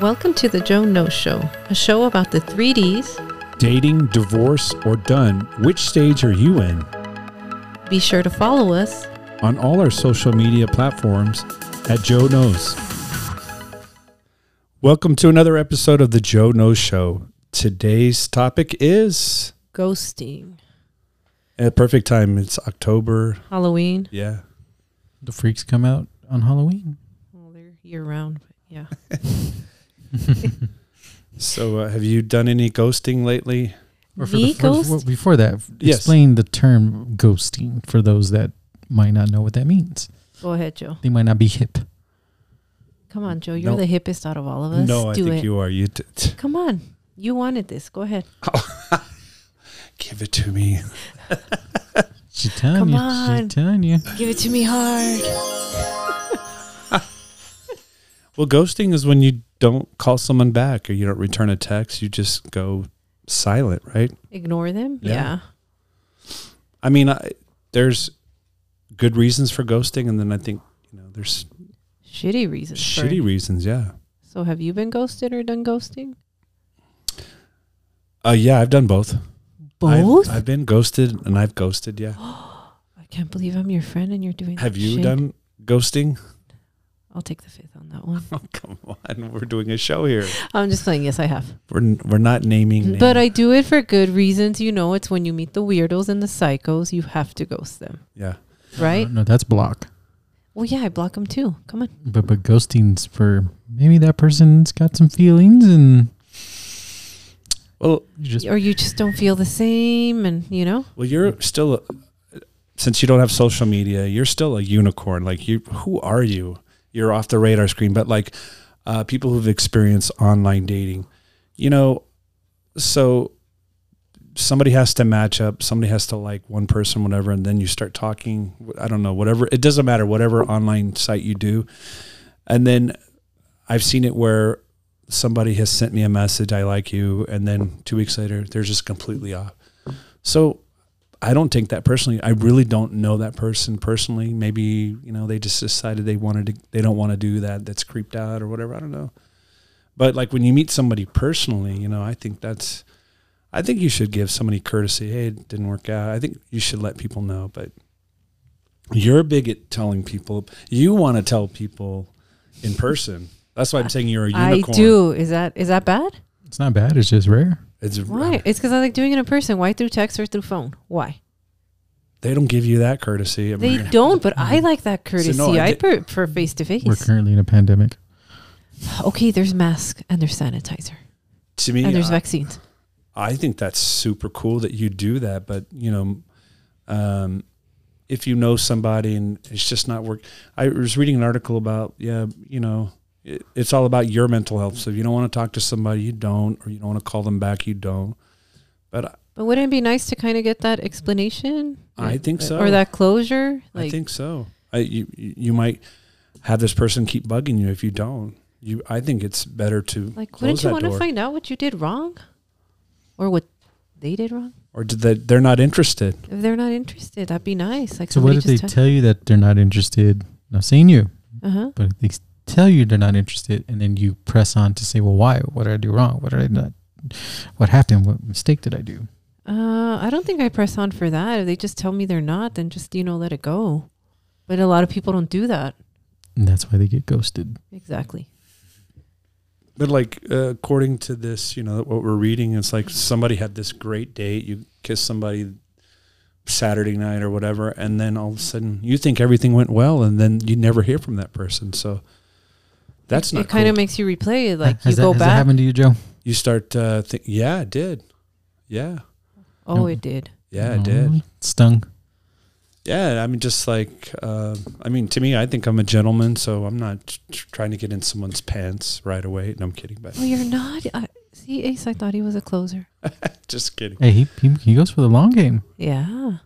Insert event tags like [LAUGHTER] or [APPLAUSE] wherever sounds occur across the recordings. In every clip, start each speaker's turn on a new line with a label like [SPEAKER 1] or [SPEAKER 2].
[SPEAKER 1] Welcome to the Joan No Show, a show about the 3Ds.
[SPEAKER 2] Dating, divorce, or done, which stage are you in?
[SPEAKER 1] Be sure to follow us.
[SPEAKER 2] On all our social media platforms at Joe Knows. Welcome to another episode of the Joe Knows Show. Today's topic is
[SPEAKER 1] Ghosting.
[SPEAKER 2] at perfect time. It's October.
[SPEAKER 1] Halloween.
[SPEAKER 2] Yeah.
[SPEAKER 3] The freaks come out on Halloween.
[SPEAKER 1] Well, they're year round, but yeah.
[SPEAKER 2] So, uh, have you done any ghosting lately?
[SPEAKER 1] The ghost?
[SPEAKER 3] well, before that,
[SPEAKER 2] Yes.
[SPEAKER 3] explain the term ghosting for those that might not know what that means.
[SPEAKER 1] Go ahead, Joe.
[SPEAKER 3] They might not be hip.
[SPEAKER 1] Come on, Joe. You're
[SPEAKER 2] No.
[SPEAKER 1] the hippest out of all of us.
[SPEAKER 2] no, I
[SPEAKER 1] Do
[SPEAKER 2] think
[SPEAKER 1] it.
[SPEAKER 2] you are. You t- t-
[SPEAKER 1] Come on. You wanted this. Go ahead.
[SPEAKER 2] give it to me.
[SPEAKER 3] She telling
[SPEAKER 1] Come
[SPEAKER 3] you.
[SPEAKER 1] on.
[SPEAKER 3] She telling you.
[SPEAKER 1] Give it to me hard.
[SPEAKER 2] Well, ghosting is when you don't call someone back or you don't return a text. You just go silent, right?
[SPEAKER 1] Ignore them.
[SPEAKER 2] Yeah.
[SPEAKER 1] Yeah.
[SPEAKER 2] I mean, I, there's good reasons for ghosting, and then I think you know there's
[SPEAKER 1] Shitty reasons. for it.
[SPEAKER 2] shitty reasons. Yeah.
[SPEAKER 1] so, have you been ghosted or done ghosting?
[SPEAKER 2] Uh, yeah, I've done both. I've-
[SPEAKER 1] Both?
[SPEAKER 2] I've, been ghosted and I've ghosted. Yeah.
[SPEAKER 1] [GASPS] I can't believe I'm your friend and you're doing.
[SPEAKER 2] Have
[SPEAKER 1] that
[SPEAKER 2] you
[SPEAKER 1] shit.
[SPEAKER 2] done ghosting? [LAUGHS]
[SPEAKER 1] I'll take the fifth on that one.
[SPEAKER 2] Oh, come on, we're doing a show here.
[SPEAKER 1] I'm just saying. Yes, I have.
[SPEAKER 2] We're we're not naming. Names.
[SPEAKER 1] But I do it for good reasons. You know, it's when you meet the weirdos and the psychos, you have to ghost them,
[SPEAKER 2] yeah.
[SPEAKER 1] right?
[SPEAKER 3] No, no, that's block.
[SPEAKER 1] Well, yeah, I block them too. Come on.
[SPEAKER 3] But but ghosting's for maybe that person's got some feelings and
[SPEAKER 2] Well,
[SPEAKER 3] you just
[SPEAKER 1] Or you just don't feel the same, and you know,
[SPEAKER 2] well, you're still a, since you don't have social media, you're still a unicorn. Like you, who are you? You're off the radar screen. But like uh, people who've experienced online dating, you know, so somebody has to match up somebody has to like one person whatever and then you start talking i don't know whatever it doesn't matter whatever online site you do and then i've seen it where somebody has sent me a message i like you and then two weeks later they're just completely off so i don't take that personally i really don't know that person personally maybe you know they just decided they wanted to they don't want to do that that's creeped out or whatever i don't know but like when you meet somebody personally you know i think that's I think you should give somebody courtesy. Hey, it didn't work out. I think you should let people know, but you're a bigot telling people. You want to tell people in person. That's why I'm saying you're a
[SPEAKER 1] I
[SPEAKER 2] unicorn.
[SPEAKER 1] do. Is that is that bad?
[SPEAKER 3] it's not bad. It's just rare.
[SPEAKER 2] It's,
[SPEAKER 1] Why? It's because I like doing it in person. Why through text or through phone? Why?
[SPEAKER 2] They don't give you that courtesy. I
[SPEAKER 1] They
[SPEAKER 2] mean,
[SPEAKER 1] don't. But I like that courtesy.
[SPEAKER 2] no, I
[SPEAKER 1] I
[SPEAKER 2] did-
[SPEAKER 1] prefer face to
[SPEAKER 3] We're
[SPEAKER 1] face.
[SPEAKER 3] currently in a pandemic.
[SPEAKER 1] Okay, there's mask and there's sanitizer
[SPEAKER 2] to me,
[SPEAKER 1] and there's
[SPEAKER 2] I,
[SPEAKER 1] vaccines.
[SPEAKER 2] I think that's super cool that you do that. But you know, um, if you know somebody and it's just not work, I was reading an article about yeah, you know, it, it's all about your mental health. So if you don't want to talk to somebody, you don't, or you don't want to call them back, you don't. But I,
[SPEAKER 1] But wouldn't it be nice to kind of get that explanation?
[SPEAKER 2] I think so.
[SPEAKER 1] Or that closure?
[SPEAKER 2] I think so. I, you you you might have this person keep bugging you if you don't. You, I think it's better to
[SPEAKER 1] Like,
[SPEAKER 2] close
[SPEAKER 1] wouldn't you
[SPEAKER 2] that
[SPEAKER 1] want to
[SPEAKER 2] door.
[SPEAKER 1] find out what you did wrong, or what they did wrong?
[SPEAKER 2] or did they, they're not interested.
[SPEAKER 1] If they're not interested, that'd be nice. Like,
[SPEAKER 3] So what if they tell you that they're not interested? Not saying you,
[SPEAKER 1] uh huh.
[SPEAKER 3] but if they s- tell you they're not interested and then you press on to say well why what did i do wrong what did i not what happened what mistake did i do
[SPEAKER 1] Uh, I don't think I press on for that. If they just tell me they're not, then just you know let it go. But a lot of people don't do that.
[SPEAKER 3] and that's why they get ghosted
[SPEAKER 1] Exactly.
[SPEAKER 2] But like uh, according to this, you know what we're reading, it's like somebody had this great date. You kiss somebody Saturday night or whatever, and then all of a sudden you think everything went well, and then you never hear from that person. So that's not.
[SPEAKER 1] it kind of
[SPEAKER 2] cool.
[SPEAKER 1] makes you replay it. Like
[SPEAKER 3] has
[SPEAKER 1] you
[SPEAKER 3] that,
[SPEAKER 1] go
[SPEAKER 3] has that
[SPEAKER 1] back.
[SPEAKER 3] happened to you joe
[SPEAKER 2] you start. Uh, think, yeah, it did. Yeah,
[SPEAKER 1] oh, it did.
[SPEAKER 2] yeah,
[SPEAKER 3] No,
[SPEAKER 2] it did.
[SPEAKER 3] stung
[SPEAKER 2] Yeah, I mean, just like uh, I mean, to me, I think I'm a gentleman, so I'm not tr- tr- trying to get in someone's pants right away. No, I'm kidding, but
[SPEAKER 1] Well, Oh, you're not. I, see, Ace. I thought he was a closer.
[SPEAKER 2] just kidding.
[SPEAKER 3] hey he, he, he goes for the long game [LAUGHS]
[SPEAKER 1] Yeah.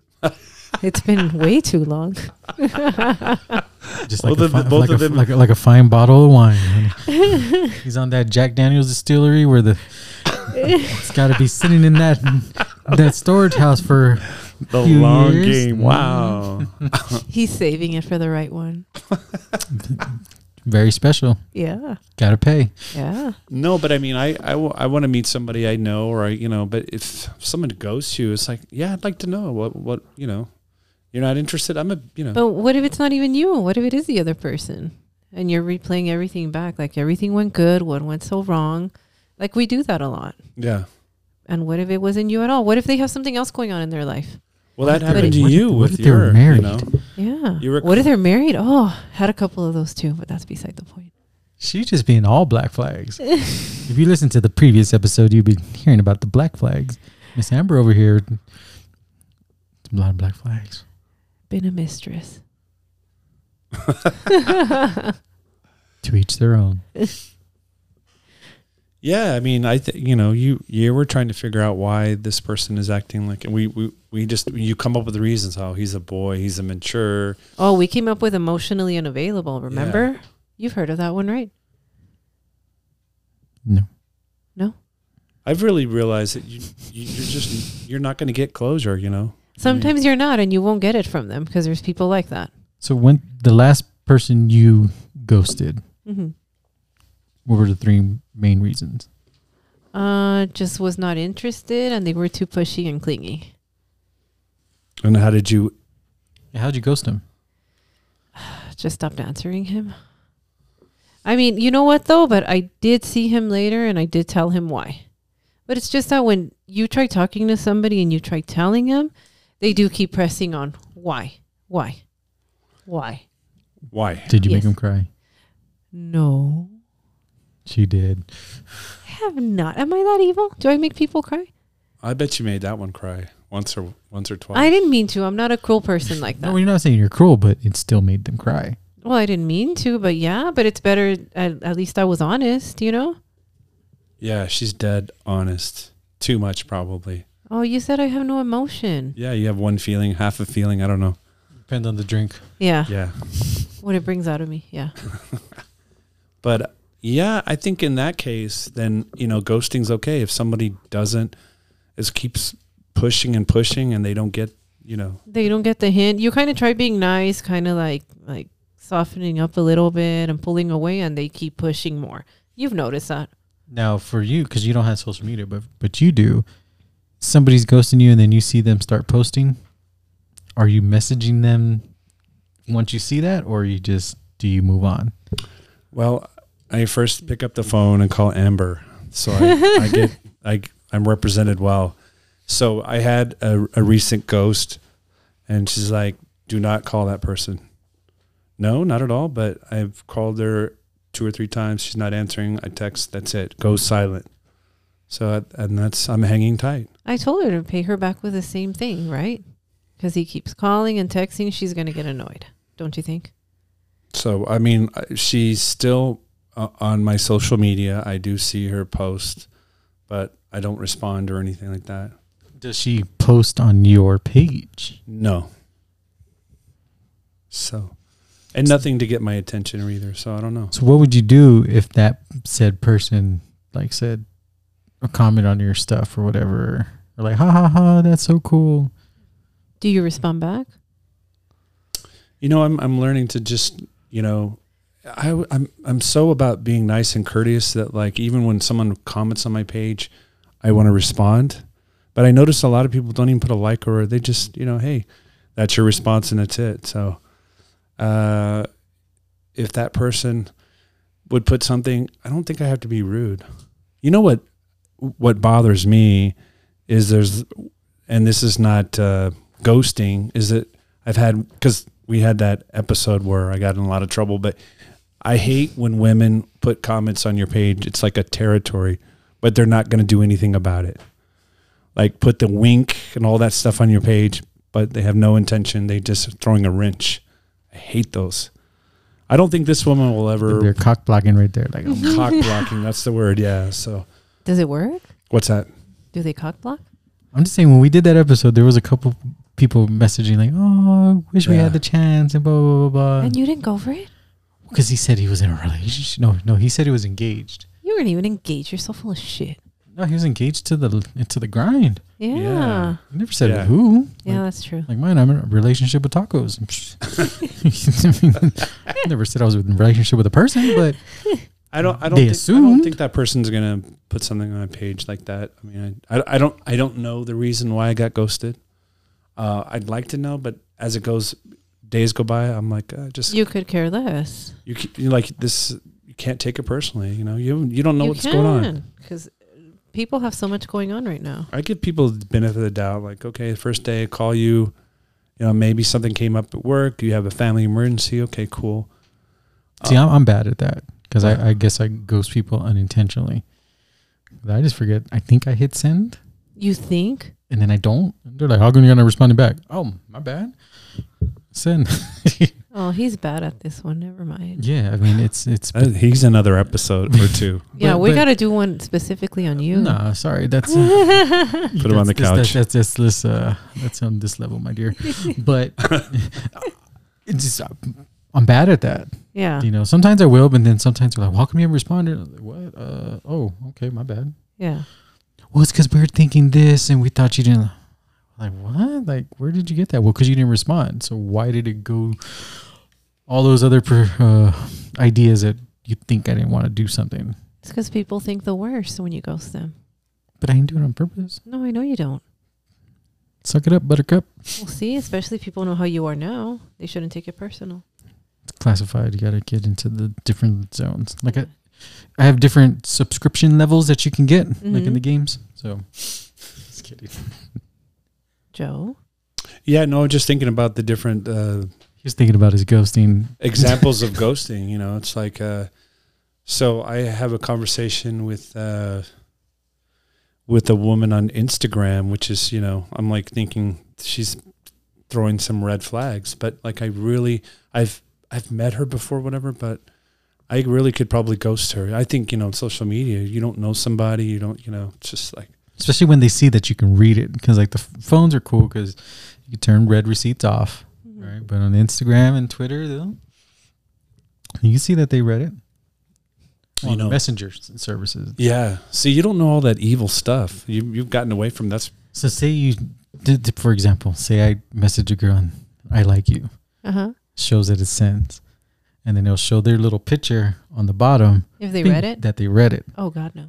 [SPEAKER 1] it's been way too long. [LAUGHS]
[SPEAKER 3] just
[SPEAKER 2] Well,
[SPEAKER 3] like,
[SPEAKER 2] the-
[SPEAKER 3] a, fi-
[SPEAKER 2] the both
[SPEAKER 3] like,
[SPEAKER 2] of
[SPEAKER 3] a,
[SPEAKER 2] them-
[SPEAKER 3] like, a, like a fine bottle of
[SPEAKER 1] [LAUGHS]
[SPEAKER 3] wine honey. he's on that jack daniels distillery where the it's got to be sitting in that that storage house for
[SPEAKER 2] The
[SPEAKER 3] Few
[SPEAKER 2] long
[SPEAKER 3] years.
[SPEAKER 2] game. Wow.
[SPEAKER 1] He's saving it for the right one.
[SPEAKER 3] very special.
[SPEAKER 1] Yeah.
[SPEAKER 3] Gotta pay.
[SPEAKER 1] Yeah.
[SPEAKER 2] No, but I mean, I, I, w- I want to meet somebody I know, or I, you know, but if someone goes to, it's like, yeah, I'd like to know what, what, you know, you're not interested. I'm a, you know,
[SPEAKER 1] But what if it's not even you? What if it is the other person? And you're replaying everything back. Like everything went good, what went so wrong? Like we do that a lot.
[SPEAKER 2] yeah.
[SPEAKER 1] And what if it wasn't you at all? What if they have something else going on in their life?
[SPEAKER 2] Well, that
[SPEAKER 3] What
[SPEAKER 2] happened
[SPEAKER 3] if-
[SPEAKER 2] to
[SPEAKER 3] what if-
[SPEAKER 2] you
[SPEAKER 3] what
[SPEAKER 2] with
[SPEAKER 3] if they were
[SPEAKER 2] your, you
[SPEAKER 3] married?
[SPEAKER 2] know,
[SPEAKER 1] Yeah.
[SPEAKER 2] You were-
[SPEAKER 1] what if they're married? Oh, had a couple of those too, but that's beside the point.
[SPEAKER 3] She just being all black flags. if you listen to the previous episode, you've been hearing about the black flags. Miss Amber over here, it's a lot of black flags.
[SPEAKER 1] Been a mistress.
[SPEAKER 3] To each their own.
[SPEAKER 2] yeah. I mean, I think, you know, you, you were trying to figure out why this person is acting like, and we, we, we just, you come up with the reasons. Oh, he's a boy, he's immature.
[SPEAKER 1] Oh, we came up with emotionally unavailable, remember? You've heard of that one, right?
[SPEAKER 3] No.
[SPEAKER 1] No.
[SPEAKER 2] I've really realized that you, you you're just, you're not going to get closure, you know?
[SPEAKER 1] Sometimes you're not and you won't get it from them because there's people like that.
[SPEAKER 3] So when the last person you ghosted,
[SPEAKER 1] hmm
[SPEAKER 3] what were the three main reasons?
[SPEAKER 1] Uh, just was not interested and they were too pushy and clingy.
[SPEAKER 2] And how did you,
[SPEAKER 3] How'd you ghost him?
[SPEAKER 1] Just stopped answering him. I mean, you know what though? But I did see him later and I did tell him why. But it's just that when you try talking to somebody and you try telling them, they do keep pressing on why, why, why.
[SPEAKER 2] why?
[SPEAKER 3] Did you make
[SPEAKER 1] Yes.
[SPEAKER 3] him cry?
[SPEAKER 1] No,
[SPEAKER 3] She did.
[SPEAKER 1] I have not. Am I that evil? Do I make people cry?
[SPEAKER 2] I bet you made that one cry once or once or twice.
[SPEAKER 1] I didn't mean to. I'm not a cruel person like
[SPEAKER 3] No,
[SPEAKER 1] that.
[SPEAKER 3] you're not saying you're cruel, but it still made them cry.
[SPEAKER 1] Well, I didn't mean to, but yeah, but it's better. At, at least I was honest, you know?
[SPEAKER 2] Yeah, she's dead honest. Too much, probably.
[SPEAKER 1] Oh, you said I have no emotion.
[SPEAKER 2] Yeah, you have one feeling, half a feeling. I don't know.
[SPEAKER 3] Depends on the drink.
[SPEAKER 1] Yeah.
[SPEAKER 2] Yeah.
[SPEAKER 1] What it brings out of me. Yeah.
[SPEAKER 2] But yeah, I think in that case, then, you know, ghosting's okay. If somebody doesn't, is keeps pushing and pushing and they don't get, you know,
[SPEAKER 1] They don't get the hint. You kind of try being nice, kind of like, like softening up a little bit and pulling away, and they keep pushing more. You've noticed that.
[SPEAKER 3] Now, for you, because you don't have social media, but but you do. Somebody's ghosting you, and then you see them start posting. Are you messaging them once you see that, or you just do you move on?
[SPEAKER 2] well, I first pick up the phone and call Amber. So I, I get, I, I'm represented well. So I had a, a recent ghost and she's like, do not call that person. No, not at all. But I've called her two or three times. She's not answering. I text. That's it. Go silent. So I- and that's I'm hanging tight.
[SPEAKER 1] I told her to pay her back with the same thing, right? Because he keeps calling and texting. She's going to get annoyed, don't you think?
[SPEAKER 2] So I mean, I- she's still uh, on my social media. I do see her post, but I don't respond or anything like that.
[SPEAKER 3] Does she post on your page?
[SPEAKER 2] No. So, and nothing to get my attention either. So I don't know.
[SPEAKER 3] So, what would you do if that said person like said a comment on your stuff or whatever, or like ha ha ha, that's so cool?
[SPEAKER 1] Do you respond back?
[SPEAKER 2] You know, I'm I'm learning to just you know, I w- I'm I'm so about being nice and courteous that like even when someone comments on my page, I want to respond. But I notice a lot of people don't even put a like or they just you know, hey, that's your response and that's it. So, uh, if that person would put something, I don't think I have to be rude. You know what? What bothers me is there's, and this is not uh, ghosting. Is that I've had because we had that episode where I got in a lot of trouble, but I hate when women put comments on your page. It's like a territory, but they're not going to do anything about it. Like put the wink and all that stuff on your page, but they have no intention. They just throwing a wrench. I hate those. I don't think this woman will
[SPEAKER 3] They're
[SPEAKER 2] ever
[SPEAKER 3] cock blocking right there. Like, oh
[SPEAKER 2] cock blocking. That's the word. Yeah. So
[SPEAKER 1] Does it work?
[SPEAKER 2] what's that?
[SPEAKER 1] Do they cock block?
[SPEAKER 3] I'm just saying when we did that episode, there was a couple people messaging like, "Oh, I wish we
[SPEAKER 2] Yeah.
[SPEAKER 3] had the chance," and blah blah
[SPEAKER 2] Uh,
[SPEAKER 3] blah
[SPEAKER 1] And
[SPEAKER 3] blah.
[SPEAKER 1] you didn't go for it?
[SPEAKER 3] Because he said he was in a relationship. No, no, he said he was engaged.
[SPEAKER 1] You weren't even engaged. You're so full of shit.
[SPEAKER 3] No, he was engaged to the to the grind.
[SPEAKER 1] Yeah.
[SPEAKER 2] Yeah.
[SPEAKER 1] Yeah,
[SPEAKER 3] He never said
[SPEAKER 2] Yeah.
[SPEAKER 3] who. Like,
[SPEAKER 1] that's true.
[SPEAKER 3] like mine, I'm in a relationship with tacos. [LAUGHS] I, mean, I never said I was in a relationship with a person, but
[SPEAKER 2] I don't. I don't. Think, I
[SPEAKER 3] They
[SPEAKER 2] don't
[SPEAKER 3] assumed.
[SPEAKER 2] think that person's gonna put something on a page like that. I mean, I, I, I don't. I don't know the reason why I got ghosted. Uh, I'd like to know, but as it goes, days go by. I'm like, uh, just you,
[SPEAKER 1] You could care less.
[SPEAKER 2] keep- you like this. You can't take it personally. You know, you you don't know what's going on.
[SPEAKER 1] because people have so much going on right now.
[SPEAKER 2] I give people the benefit of the doubt. Like, okay, first day, I call you. You know, maybe something came up at work. You have a family emergency. Okay, cool. Oh.
[SPEAKER 3] see, I'm, I'm bad at that because I, I guess I ghost people unintentionally. I just forget. I think I hit send,
[SPEAKER 1] You think?
[SPEAKER 3] and then I don't. They're like, "How come you're not responding back?" Oh, my bad. Send.
[SPEAKER 1] Oh, he's bad at this one. Never mind.
[SPEAKER 3] [LAUGHS] yeah, I mean, it's it's.
[SPEAKER 2] Uh, he's another episode or two.
[SPEAKER 1] Yeah,
[SPEAKER 3] but-
[SPEAKER 1] we
[SPEAKER 3] but-
[SPEAKER 1] got to do one specifically on you.
[SPEAKER 3] Nah, sorry. That's uh,
[SPEAKER 2] Put him on the
[SPEAKER 3] That's-
[SPEAKER 2] couch.
[SPEAKER 3] That's that's, that's, that's, uh, that's on this level, my dear. But [LAUGHS] it's just, I'm bad at that.
[SPEAKER 1] yeah,
[SPEAKER 3] You know, sometimes I will, but then sometimes they're like, "How come you haven't responded?" I'm like, what? Uh, oh, okay, my bad.
[SPEAKER 1] yeah.
[SPEAKER 3] Well, it's because we were thinking this, and we thought you didn't. Like what? Like where did you get that? Well, because you didn't respond. So why did it go? All those other per, uh, ideas that you think I didn't want to do something,
[SPEAKER 1] It's because people think the worst when you ghost them.
[SPEAKER 3] but I didn't do it on purpose.
[SPEAKER 1] No, I know you don't.
[SPEAKER 3] Suck it up, Buttercup.
[SPEAKER 1] Well, see, especially people know how you are now. They shouldn't take it personal.
[SPEAKER 3] It's classified. You got to get into the different zones. Like I,
[SPEAKER 1] Yeah.
[SPEAKER 3] I have different subscription levels that you can get, like in
[SPEAKER 1] Mhm.
[SPEAKER 3] the games. So, just kidding.
[SPEAKER 1] Joe.
[SPEAKER 2] Yeah, no, just thinking about the different uh,
[SPEAKER 3] He's thinking about his ghosting.
[SPEAKER 2] examples of ghosting. You know, it's like uh, so. I have a conversation with uh, with a woman on Instagram, which is you know, I'm like thinking she's throwing some red flags, but like I really, I've I've met her before, whatever, but I really could probably ghost her. I think you know, on social media, you don't know somebody, you don't, you know, it's just like
[SPEAKER 3] [LAUGHS] Especially when they see that you can read it, because like the f- phones are cool, because you can turn red receipts off,
[SPEAKER 1] Mm-hmm.
[SPEAKER 3] right? But on Instagram and Twitter, they'll- you can see that they read it.
[SPEAKER 2] You
[SPEAKER 3] On
[SPEAKER 2] know.
[SPEAKER 3] messenger s- services.
[SPEAKER 2] yeah. See, you don't know all that evil stuff. You you've gotten away from that's
[SPEAKER 3] So say you, did, did- for example, say I message a girl and I like you.
[SPEAKER 1] Uh huh.
[SPEAKER 3] shows that it sends. And then it'll show their little picture on the bottom.
[SPEAKER 1] If they
[SPEAKER 3] thing
[SPEAKER 1] read it.
[SPEAKER 3] That they read it.
[SPEAKER 1] Oh God, no.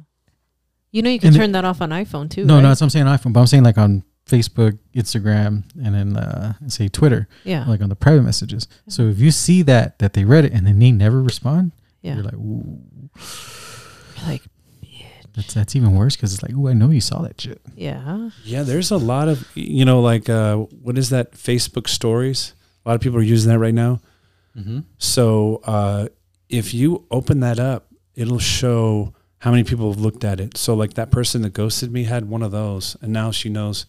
[SPEAKER 1] You know you can
[SPEAKER 3] And the-
[SPEAKER 1] turn that off on iPhone too.
[SPEAKER 3] no,
[SPEAKER 1] right?
[SPEAKER 3] no, that's what I'm saying on iPhone, but I'm saying like on Facebook, Instagram, and then uh, say Twitter,
[SPEAKER 1] Yeah.
[SPEAKER 3] like on the private messages. So if you see that, that they read it and then they never respond,
[SPEAKER 1] yeah.
[SPEAKER 3] you're like, ooh,
[SPEAKER 1] You're
[SPEAKER 3] [SIGHS]
[SPEAKER 1] like,
[SPEAKER 3] that's, that's even worse because it's like, ooh, I know you saw that shit.
[SPEAKER 1] yeah.
[SPEAKER 2] Yeah, there's a lot of you know, like uh, what is that Facebook stories? A lot of people are using that right now.
[SPEAKER 3] Mm-hmm.
[SPEAKER 2] So uh, if you open that up, it'll show how many people have looked at it. So like that person that ghosted me had one of those, and now she knows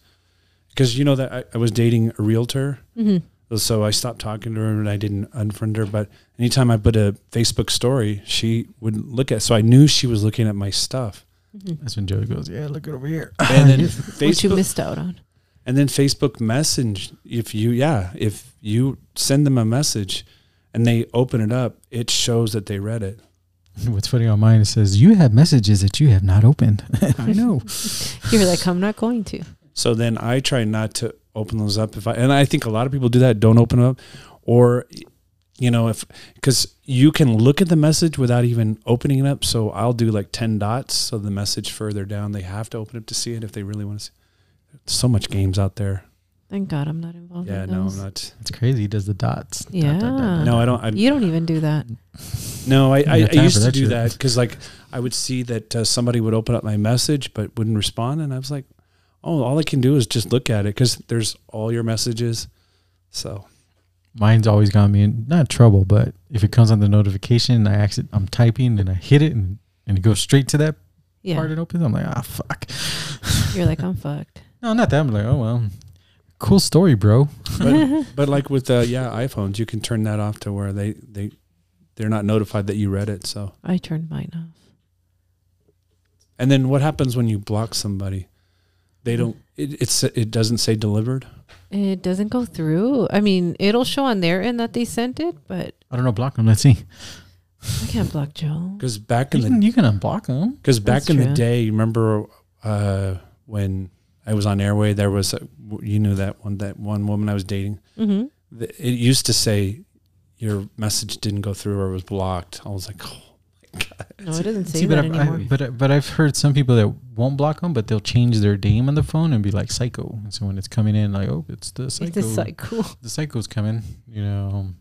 [SPEAKER 2] because you know that I, I was dating a realtor,
[SPEAKER 1] hmm
[SPEAKER 2] so I stopped talking to her and I didn't unfriend her. But anytime I put a Facebook story, she would look at. So I knew she was looking at my stuff,
[SPEAKER 3] That's when Joe goes, yeah, look it over here. [LAUGHS]
[SPEAKER 2] and then
[SPEAKER 1] Mm-hmm. What you
[SPEAKER 2] Facebook
[SPEAKER 1] missed out on.
[SPEAKER 2] And then Facebook message, if you, yeah, if you send them a message and they open it up, it shows that they read it.
[SPEAKER 3] What's funny on mine, it says, you have messages that you have not opened. [LAUGHS] I know.
[SPEAKER 1] You're like, I'm not going to.
[SPEAKER 2] So then I try not to open those up. If I, and I think a lot of people do that, don't open them up. Or, you know, if, cause you can look at the message without even opening it up. So I'll do like 10 dots. So the message further down, they have to open up to see it if they really want to see So much games out there.
[SPEAKER 1] Thank God I'm not involved.
[SPEAKER 2] Yeah,
[SPEAKER 1] in
[SPEAKER 2] no,
[SPEAKER 1] those.
[SPEAKER 2] I'm not.
[SPEAKER 3] It's crazy. He does the dots. Dot, dot, dot,
[SPEAKER 1] Yeah.
[SPEAKER 3] dot,
[SPEAKER 2] No, I don't. I,
[SPEAKER 1] You don't even do that.
[SPEAKER 2] No, I,
[SPEAKER 3] You
[SPEAKER 2] I,
[SPEAKER 3] got
[SPEAKER 2] I
[SPEAKER 3] time
[SPEAKER 2] used
[SPEAKER 3] for
[SPEAKER 2] to
[SPEAKER 3] that
[SPEAKER 2] do
[SPEAKER 3] shit.
[SPEAKER 2] that because like I would see that uh, somebody would open up my message but wouldn't respond, and I was like, "Oh, all I can do is just look at it because there's all your messages." So
[SPEAKER 3] mine's always gotten me in not trouble, but if it comes on the notification and I accident, I'm typing and I hit it and, and it goes straight to that
[SPEAKER 1] Yeah.
[SPEAKER 3] part it opens, I'm like, ah, fuck.
[SPEAKER 1] You're like, I'm fucked.
[SPEAKER 3] No, not that. I'm like, oh well, cool story, bro.
[SPEAKER 2] but, but like with uh, yeah iPhones, you can turn that off to where they they they're not notified that you read it. So
[SPEAKER 1] I turned mine off.
[SPEAKER 2] and then what happens when you block somebody? They don't. It, it's it doesn't say delivered.
[SPEAKER 1] It doesn't go through. I mean, it'll show on their end that they sent it, but
[SPEAKER 3] I don't know, block them. Let's see.
[SPEAKER 1] I can't block Joe.
[SPEAKER 2] Because back in
[SPEAKER 3] You
[SPEAKER 2] the
[SPEAKER 3] can, you can unblock them.
[SPEAKER 2] Because back
[SPEAKER 1] That's
[SPEAKER 2] in the
[SPEAKER 1] true.
[SPEAKER 2] day, you remember uh, when I was on Airway. There was, a, you knew that one that one woman I was dating.
[SPEAKER 1] Mm-hmm.
[SPEAKER 2] th- It used to say your message didn't go through or was blocked. I was like, oh my god.
[SPEAKER 1] No, it doesn't say
[SPEAKER 3] See, but
[SPEAKER 1] that
[SPEAKER 3] I've,
[SPEAKER 1] anymore.
[SPEAKER 3] I, but I- but I've heard some people that won't block them, but they'll change their name on the phone and be like psycho. And so when it's coming in, like oh, it's the psycho.
[SPEAKER 1] it's a cycle.
[SPEAKER 3] the psycho's coming. You know, um,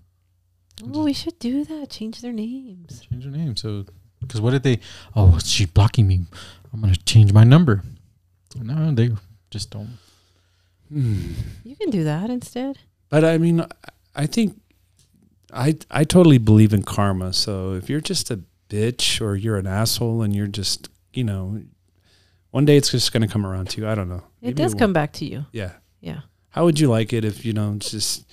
[SPEAKER 1] Oh, we should do that. Change their names.
[SPEAKER 3] change your name. So because what if they? Oh, she's blocking me. I'm gonna change my number. No, they just don't.
[SPEAKER 2] Hmm.
[SPEAKER 1] You can do that instead.
[SPEAKER 2] But I mean, I- I think I I totally believe in karma. So if you're just a bitch or you're an asshole and you're just you know, one day it's just going to come around to you. I don't know.
[SPEAKER 1] It
[SPEAKER 2] Maybe
[SPEAKER 1] does
[SPEAKER 2] won't.
[SPEAKER 1] come back to you.
[SPEAKER 2] Yeah.
[SPEAKER 1] Yeah.
[SPEAKER 2] How would you like it if you know it's just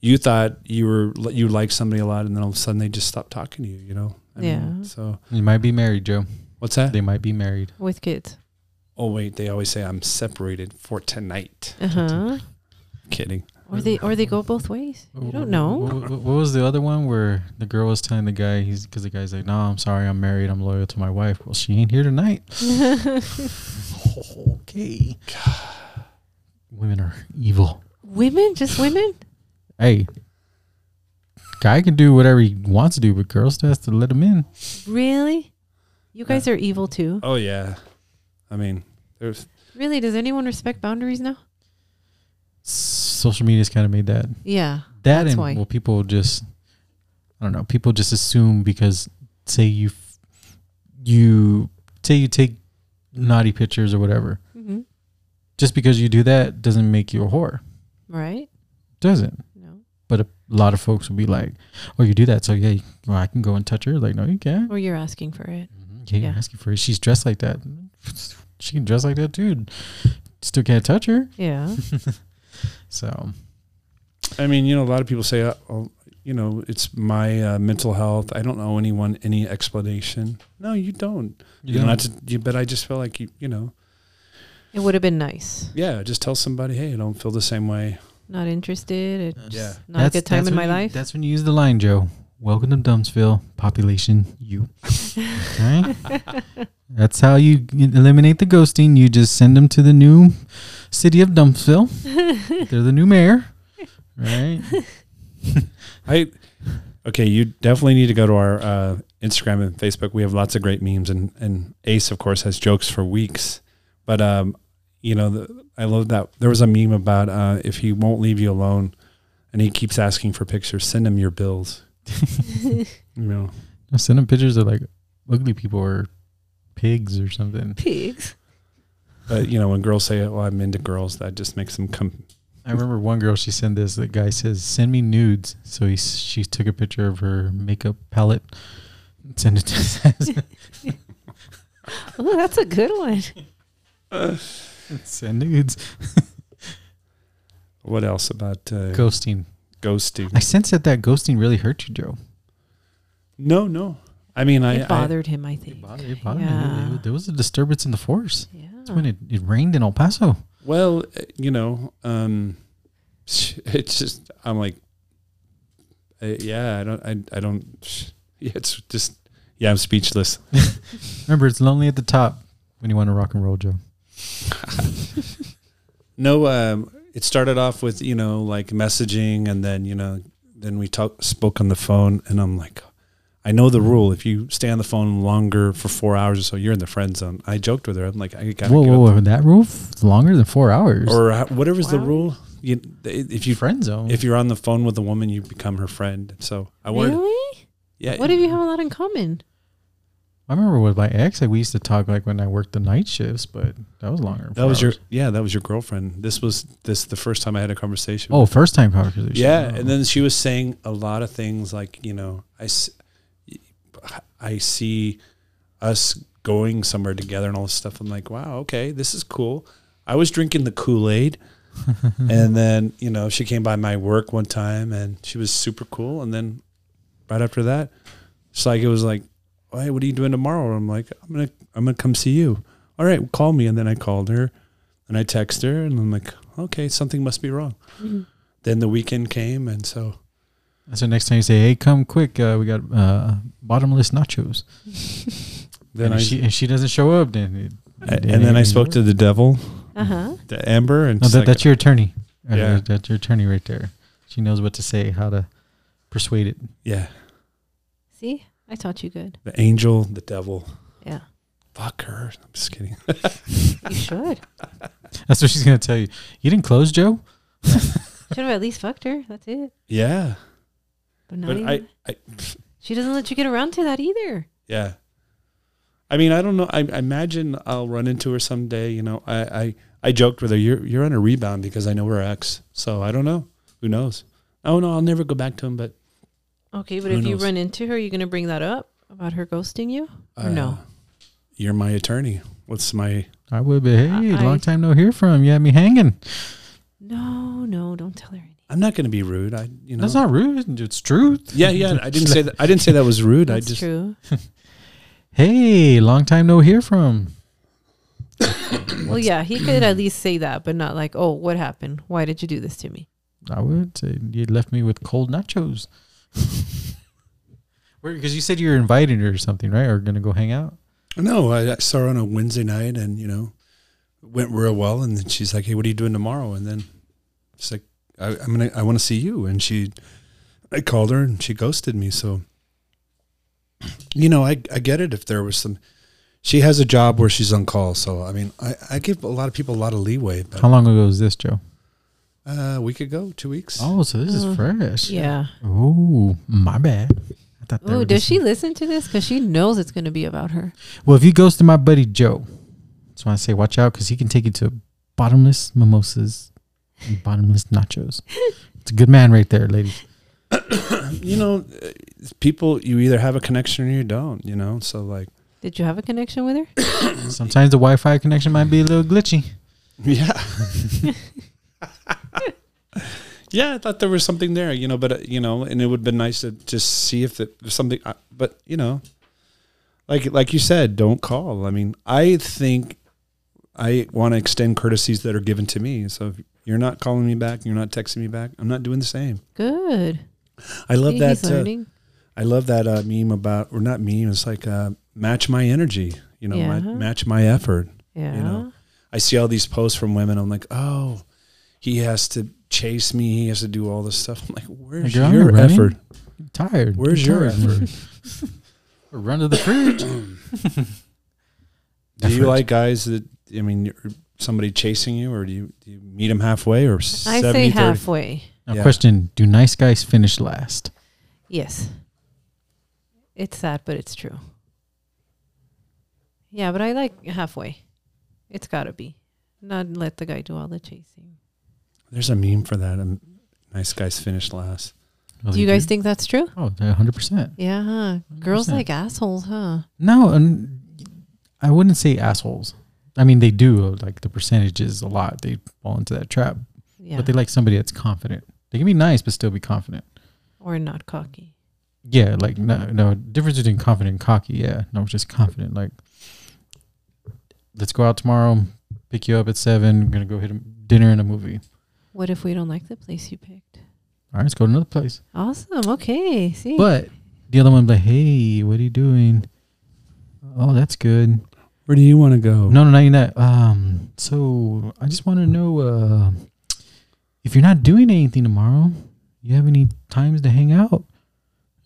[SPEAKER 2] you thought you were you liked somebody a lot and then all of a sudden they just stopped talking to you? You know.
[SPEAKER 1] Yeah.
[SPEAKER 2] so
[SPEAKER 3] They might be married, Joe.
[SPEAKER 2] what's that?
[SPEAKER 3] They might be married.
[SPEAKER 1] With kids.
[SPEAKER 2] oh wait, they always say I'm separated for tonight.
[SPEAKER 1] Uh huh.
[SPEAKER 2] Kidding.
[SPEAKER 1] Or they or they go both ways.
[SPEAKER 3] Oh,
[SPEAKER 1] You don't know.
[SPEAKER 3] What, what- what was the other one where the girl was telling the guy he's because the guy's like, no, I'm sorry, I'm married, I'm loyal to my wife. Well, she ain't here
[SPEAKER 1] [LAUGHS]
[SPEAKER 3] tonight. okay. [SIGHS] Women are evil.
[SPEAKER 1] women, just women.
[SPEAKER 3] Hey, guy can do whatever he wants to do, but girls has to let him in.
[SPEAKER 1] Really? You guys are evil too.
[SPEAKER 2] Oh yeah. I mean, there's
[SPEAKER 1] Really? Does anyone respect boundaries now?
[SPEAKER 3] Social media's kind of made that
[SPEAKER 1] Yeah.
[SPEAKER 3] that
[SPEAKER 1] That's
[SPEAKER 3] and
[SPEAKER 1] why.
[SPEAKER 3] well, people just I don't know. People just assume because say you f- you say you take naughty pictures or whatever.
[SPEAKER 1] Mm-hmm.
[SPEAKER 3] Just because you do that doesn't make you a whore,
[SPEAKER 1] Right?
[SPEAKER 3] doesn't?
[SPEAKER 1] No.
[SPEAKER 3] But a lot of folks will be like, "Oh, you do that, so yeah, you- well, I can go and touch her." Like, no, you can't.
[SPEAKER 1] Or you're asking for it.
[SPEAKER 2] Mm-hmm.
[SPEAKER 3] Yeah, you're
[SPEAKER 1] Yeah.
[SPEAKER 3] asking for it. She's dressed like that. She can dress like that, dude. Still can't touch her.
[SPEAKER 1] Yeah.
[SPEAKER 3] So
[SPEAKER 2] I mean, you know, a lot of people say, uh, oh, you know, it's my uh, mental health. I don't owe anyone any explanation. No, you don't. You, don't have to. You, but I just feel like you, you know,
[SPEAKER 1] It would have been nice.
[SPEAKER 2] yeah. Just tell somebody, hey, I don't feel the same way.
[SPEAKER 1] Not interested. It's
[SPEAKER 2] Yeah.
[SPEAKER 1] not a good time in
[SPEAKER 3] when
[SPEAKER 1] my
[SPEAKER 3] you-
[SPEAKER 1] life.
[SPEAKER 3] That's when you use the line, Joe. Welcome to Dumpsville, population you.
[SPEAKER 1] [LAUGHS]
[SPEAKER 3] Okay? that's how you eliminate the ghosting. You just send them to the new city of
[SPEAKER 1] [LAUGHS]
[SPEAKER 3] Dumpsville. They're the new mayor, right? [LAUGHS]
[SPEAKER 2] I okay. You definitely need to go to our uh, Instagram and Facebook. We have lots of great memes, and and Ace, of course, has jokes for weeks. But um, you know, the, I love that there was a meme about uh, if he won't leave you alone, and he keeps asking for pictures, send him your bills. you know.
[SPEAKER 3] I send them pictures of like ugly people or pigs or something.
[SPEAKER 1] [LAUGHS] Pigs.
[SPEAKER 2] But you know, when girls say, "Oh, I'm into girls," that just makes them come.
[SPEAKER 3] I remember one girl. She sent this. The guy says, "Send me nudes." So he s- she took a picture of her makeup palette. and Send it to [LAUGHS]
[SPEAKER 1] Oh, that's a good one.
[SPEAKER 3] send nudes.
[SPEAKER 2] What else about uh,
[SPEAKER 3] Ghosting.
[SPEAKER 2] ghosting?
[SPEAKER 3] I sense that that ghosting really hurt you, Joe.
[SPEAKER 2] No, no. I mean, I,
[SPEAKER 1] it bothered him, I think.
[SPEAKER 3] It bothered, it bothered
[SPEAKER 1] Yeah.
[SPEAKER 3] me. There was a disturbance in the force. That's when
[SPEAKER 1] Yeah.
[SPEAKER 3] it, it rained in El Paso.
[SPEAKER 2] I well, uh, you know, um, [LAUGHS] it's just I'm like, uh, yeah, I don't, I, I don't. [LAUGHS] Yeah, it's just yeah, I'm speechless.
[SPEAKER 3] Remember, it's lonely at the top when you want to rock and roll, Joe.
[SPEAKER 2] No, um, it started off with you know like messaging, and then you know, then we talk, spoke on the phone, and I'm like, I know the rule. If you stay on the phone longer for four hours or so, you're in the friend zone. I joked with her. I'm like, I gotta
[SPEAKER 3] Whoa,
[SPEAKER 2] get
[SPEAKER 3] whoa,
[SPEAKER 2] up
[SPEAKER 3] whoa! That roof is longer than four hours.
[SPEAKER 2] or ho- whatever's the
[SPEAKER 1] Wow.
[SPEAKER 2] rule. You, if you
[SPEAKER 3] friend zone.
[SPEAKER 2] if you're on the phone with a woman, you become her friend. So I wanted,
[SPEAKER 1] Really?
[SPEAKER 2] yeah,
[SPEAKER 1] What if you have a lot in common? [LAUGHS]
[SPEAKER 3] I remember with my ex, like we used to talk like when I worked the night shifts, but that was longer. than
[SPEAKER 2] that
[SPEAKER 3] four
[SPEAKER 2] was your
[SPEAKER 3] hours.
[SPEAKER 2] yeah, that was your girlfriend. This was this the first time I had a conversation.
[SPEAKER 3] oh first time conversation.
[SPEAKER 2] yeah,
[SPEAKER 3] Oh.
[SPEAKER 2] and then she was saying a lot of things like you know I, s- I see us going somewhere together and all this stuff. I'm like, wow, okay, this is cool. I was drinking the Kool Aid. and then you know she came by my work one time and she was super cool and then right after that it's like it was like hey what are you doing tomorrow i'm like i'm gonna i'm gonna come see you all right call me and then i called her and i text her and i'm like okay something must be wrong then the weekend came and so
[SPEAKER 3] so next time you say, "Hey, come quick! Uh, we got uh, bottomless nachos."
[SPEAKER 2] then
[SPEAKER 3] and
[SPEAKER 2] i
[SPEAKER 3] if she if she doesn't show up, then it,
[SPEAKER 2] A- and then I spoke to the devil,
[SPEAKER 1] Uh huh.
[SPEAKER 2] the Amber, and
[SPEAKER 3] No,
[SPEAKER 2] it's
[SPEAKER 3] that,
[SPEAKER 2] like-
[SPEAKER 3] that's your attorney. Uh,
[SPEAKER 2] Yeah.
[SPEAKER 3] that's your attorney right there. She knows what to say, how to persuade it. [LAUGHS]
[SPEAKER 2] yeah,
[SPEAKER 1] See, I taught you good.
[SPEAKER 2] the angel, the devil.
[SPEAKER 1] Yeah,
[SPEAKER 2] Fuck her. I'm just kidding.
[SPEAKER 1] you should.
[SPEAKER 3] That's what she's gonna tell you. You didn't close, Joe.
[SPEAKER 1] Should have at least fucked her. That's it.
[SPEAKER 2] Yeah,
[SPEAKER 1] But not
[SPEAKER 2] but
[SPEAKER 1] even.
[SPEAKER 2] I, I,
[SPEAKER 1] she doesn't let you get around to that either.
[SPEAKER 2] yeah. I mean, I don't know. I, I imagine I'll run into her someday. You know, I, I, I joked with her. You're, you're on a rebound because I know we're ex. So I don't know. Who knows? Oh no, I'll never go back to him. But
[SPEAKER 1] Okay, but
[SPEAKER 2] Who
[SPEAKER 1] if you
[SPEAKER 2] knows?
[SPEAKER 1] run into her, you're gonna bring that up about her ghosting you. Or no.
[SPEAKER 2] uh, you're my attorney. What's my
[SPEAKER 3] I would be. Hey,
[SPEAKER 1] I-
[SPEAKER 3] long time no hear from. You had me hanging.
[SPEAKER 1] No, no, don't tell her. anything.
[SPEAKER 2] I'm not going to be rude. I, you know,
[SPEAKER 3] That's not rude. It's truth.
[SPEAKER 2] yeah, yeah. I didn't say that. I didn't say that was rude.
[SPEAKER 1] That's
[SPEAKER 2] I just,
[SPEAKER 1] true.
[SPEAKER 3] [LAUGHS] Hey, long time no hear from.
[SPEAKER 1] Well, yeah, he could at least say that, but not like, "Oh, what happened? Why did you do this to me?"
[SPEAKER 3] I would say you left me with cold nachos. [LAUGHS] Because you said you were inviting her or something, right? Or gonna go hang out.
[SPEAKER 2] no, I, I saw her on a Wednesday night and, you know, went real well. And then she's like, Hey, what are you doing tomorrow? And then she's like, I, I'm going to, I want to see you. And she, I called her and she ghosted me. So, you know, I, I get it if there was some, she has a job where she's on call. So, I mean, I, I give a lot of people a lot of leeway, but
[SPEAKER 3] How long ago was this, Joe?
[SPEAKER 2] uh, a week ago, two weeks.
[SPEAKER 3] Oh, so this
[SPEAKER 1] Uh,
[SPEAKER 3] is fresh.
[SPEAKER 1] Yeah.
[SPEAKER 3] Oh, my bad. I thought they
[SPEAKER 1] Oh,
[SPEAKER 3] were
[SPEAKER 1] does
[SPEAKER 3] just-
[SPEAKER 1] she listen to this? Because she knows it's gonna be about her.
[SPEAKER 3] Well, if you ghosted my buddy Joe, that's why I say watch out because he can take you to bottomless mimosas and bottomless nachos. It's a good man right there, ladies.
[SPEAKER 2] You know, uh, people, you either have a connection or you don't, you know? So, like,
[SPEAKER 1] Did you have a connection with her?
[SPEAKER 3] Sometimes the Wi-Fi connection might be a little glitchy.
[SPEAKER 2] Yeah. [LAUGHS] yeah, I thought there was something there, you know, but, uh, you know, and it would have been nice to just see if it was something, uh, but, you know, like, like you said, don't call. I mean, I think I want to extend courtesies that are given to me. So if you're not calling me back, you're not texting me back, I'm not doing the same.
[SPEAKER 1] Good.
[SPEAKER 2] I love
[SPEAKER 1] See,
[SPEAKER 2] that.
[SPEAKER 1] He's
[SPEAKER 2] Uh,
[SPEAKER 1] learning.
[SPEAKER 2] I love that uh, meme about, or not meme, it's like uh, match my energy, you know, ma-
[SPEAKER 1] Yeah.
[SPEAKER 2] match my effort.
[SPEAKER 1] yeah.
[SPEAKER 2] know, I see all these posts from women. I'm like, oh, he has to chase me. He has to do all this stuff. [LAUGHS] I'm like, where's
[SPEAKER 3] Like, oh, you're on
[SPEAKER 2] your
[SPEAKER 3] the running?
[SPEAKER 2] effort?
[SPEAKER 3] I'm tired.
[SPEAKER 2] Where's
[SPEAKER 3] I'm
[SPEAKER 2] your
[SPEAKER 3] tired.
[SPEAKER 2] effort?
[SPEAKER 3] [LAUGHS] Or Run to
[SPEAKER 2] [COUGHS]
[SPEAKER 3] the fridge.
[SPEAKER 2] Do you
[SPEAKER 3] Effort.
[SPEAKER 2] like guys that? I mean, you're- somebody chasing you, or do you, do you meet him halfway, or
[SPEAKER 1] I
[SPEAKER 2] 70,
[SPEAKER 1] say
[SPEAKER 2] 30?
[SPEAKER 1] halfway.
[SPEAKER 3] Now,
[SPEAKER 2] Yeah.
[SPEAKER 3] question: Do nice guys finish last?
[SPEAKER 1] Yes. It's sad, but it's true. Yeah, but I like halfway. It's gotta be. Not let the guy do all the chasing.
[SPEAKER 2] There's a meme for that. Um nice guys finish last.
[SPEAKER 3] Oh,
[SPEAKER 1] do
[SPEAKER 3] they
[SPEAKER 1] you guys think that's true?
[SPEAKER 3] Oh, one hundred percent.
[SPEAKER 1] Yeah, huh? girls
[SPEAKER 3] 100%.
[SPEAKER 1] like assholes, huh?
[SPEAKER 3] No, and I wouldn't say assholes. I mean, they do. Like the percentages, a lot. They fall into that trap.
[SPEAKER 1] Yeah,
[SPEAKER 3] But they like somebody that's confident. They can be nice, but still be confident.
[SPEAKER 1] or not cocky.
[SPEAKER 3] Yeah, like no, no difference between confident and cocky. Yeah, no, just confident. Like, let's go out tomorrow. Pick you up at seven. We're gonna go hit a dinner and a movie.
[SPEAKER 1] What if we don't like the place you picked?
[SPEAKER 3] All right, let's go to another place.
[SPEAKER 1] Awesome. Okay. See.
[SPEAKER 3] But the other one, like, hey, what are you doing? Oh, that's good.
[SPEAKER 2] Where do you want to go?
[SPEAKER 3] No, no, not even that. Um, so I just want to know uh, if you're not doing anything tomorrow, you have any times to hang out?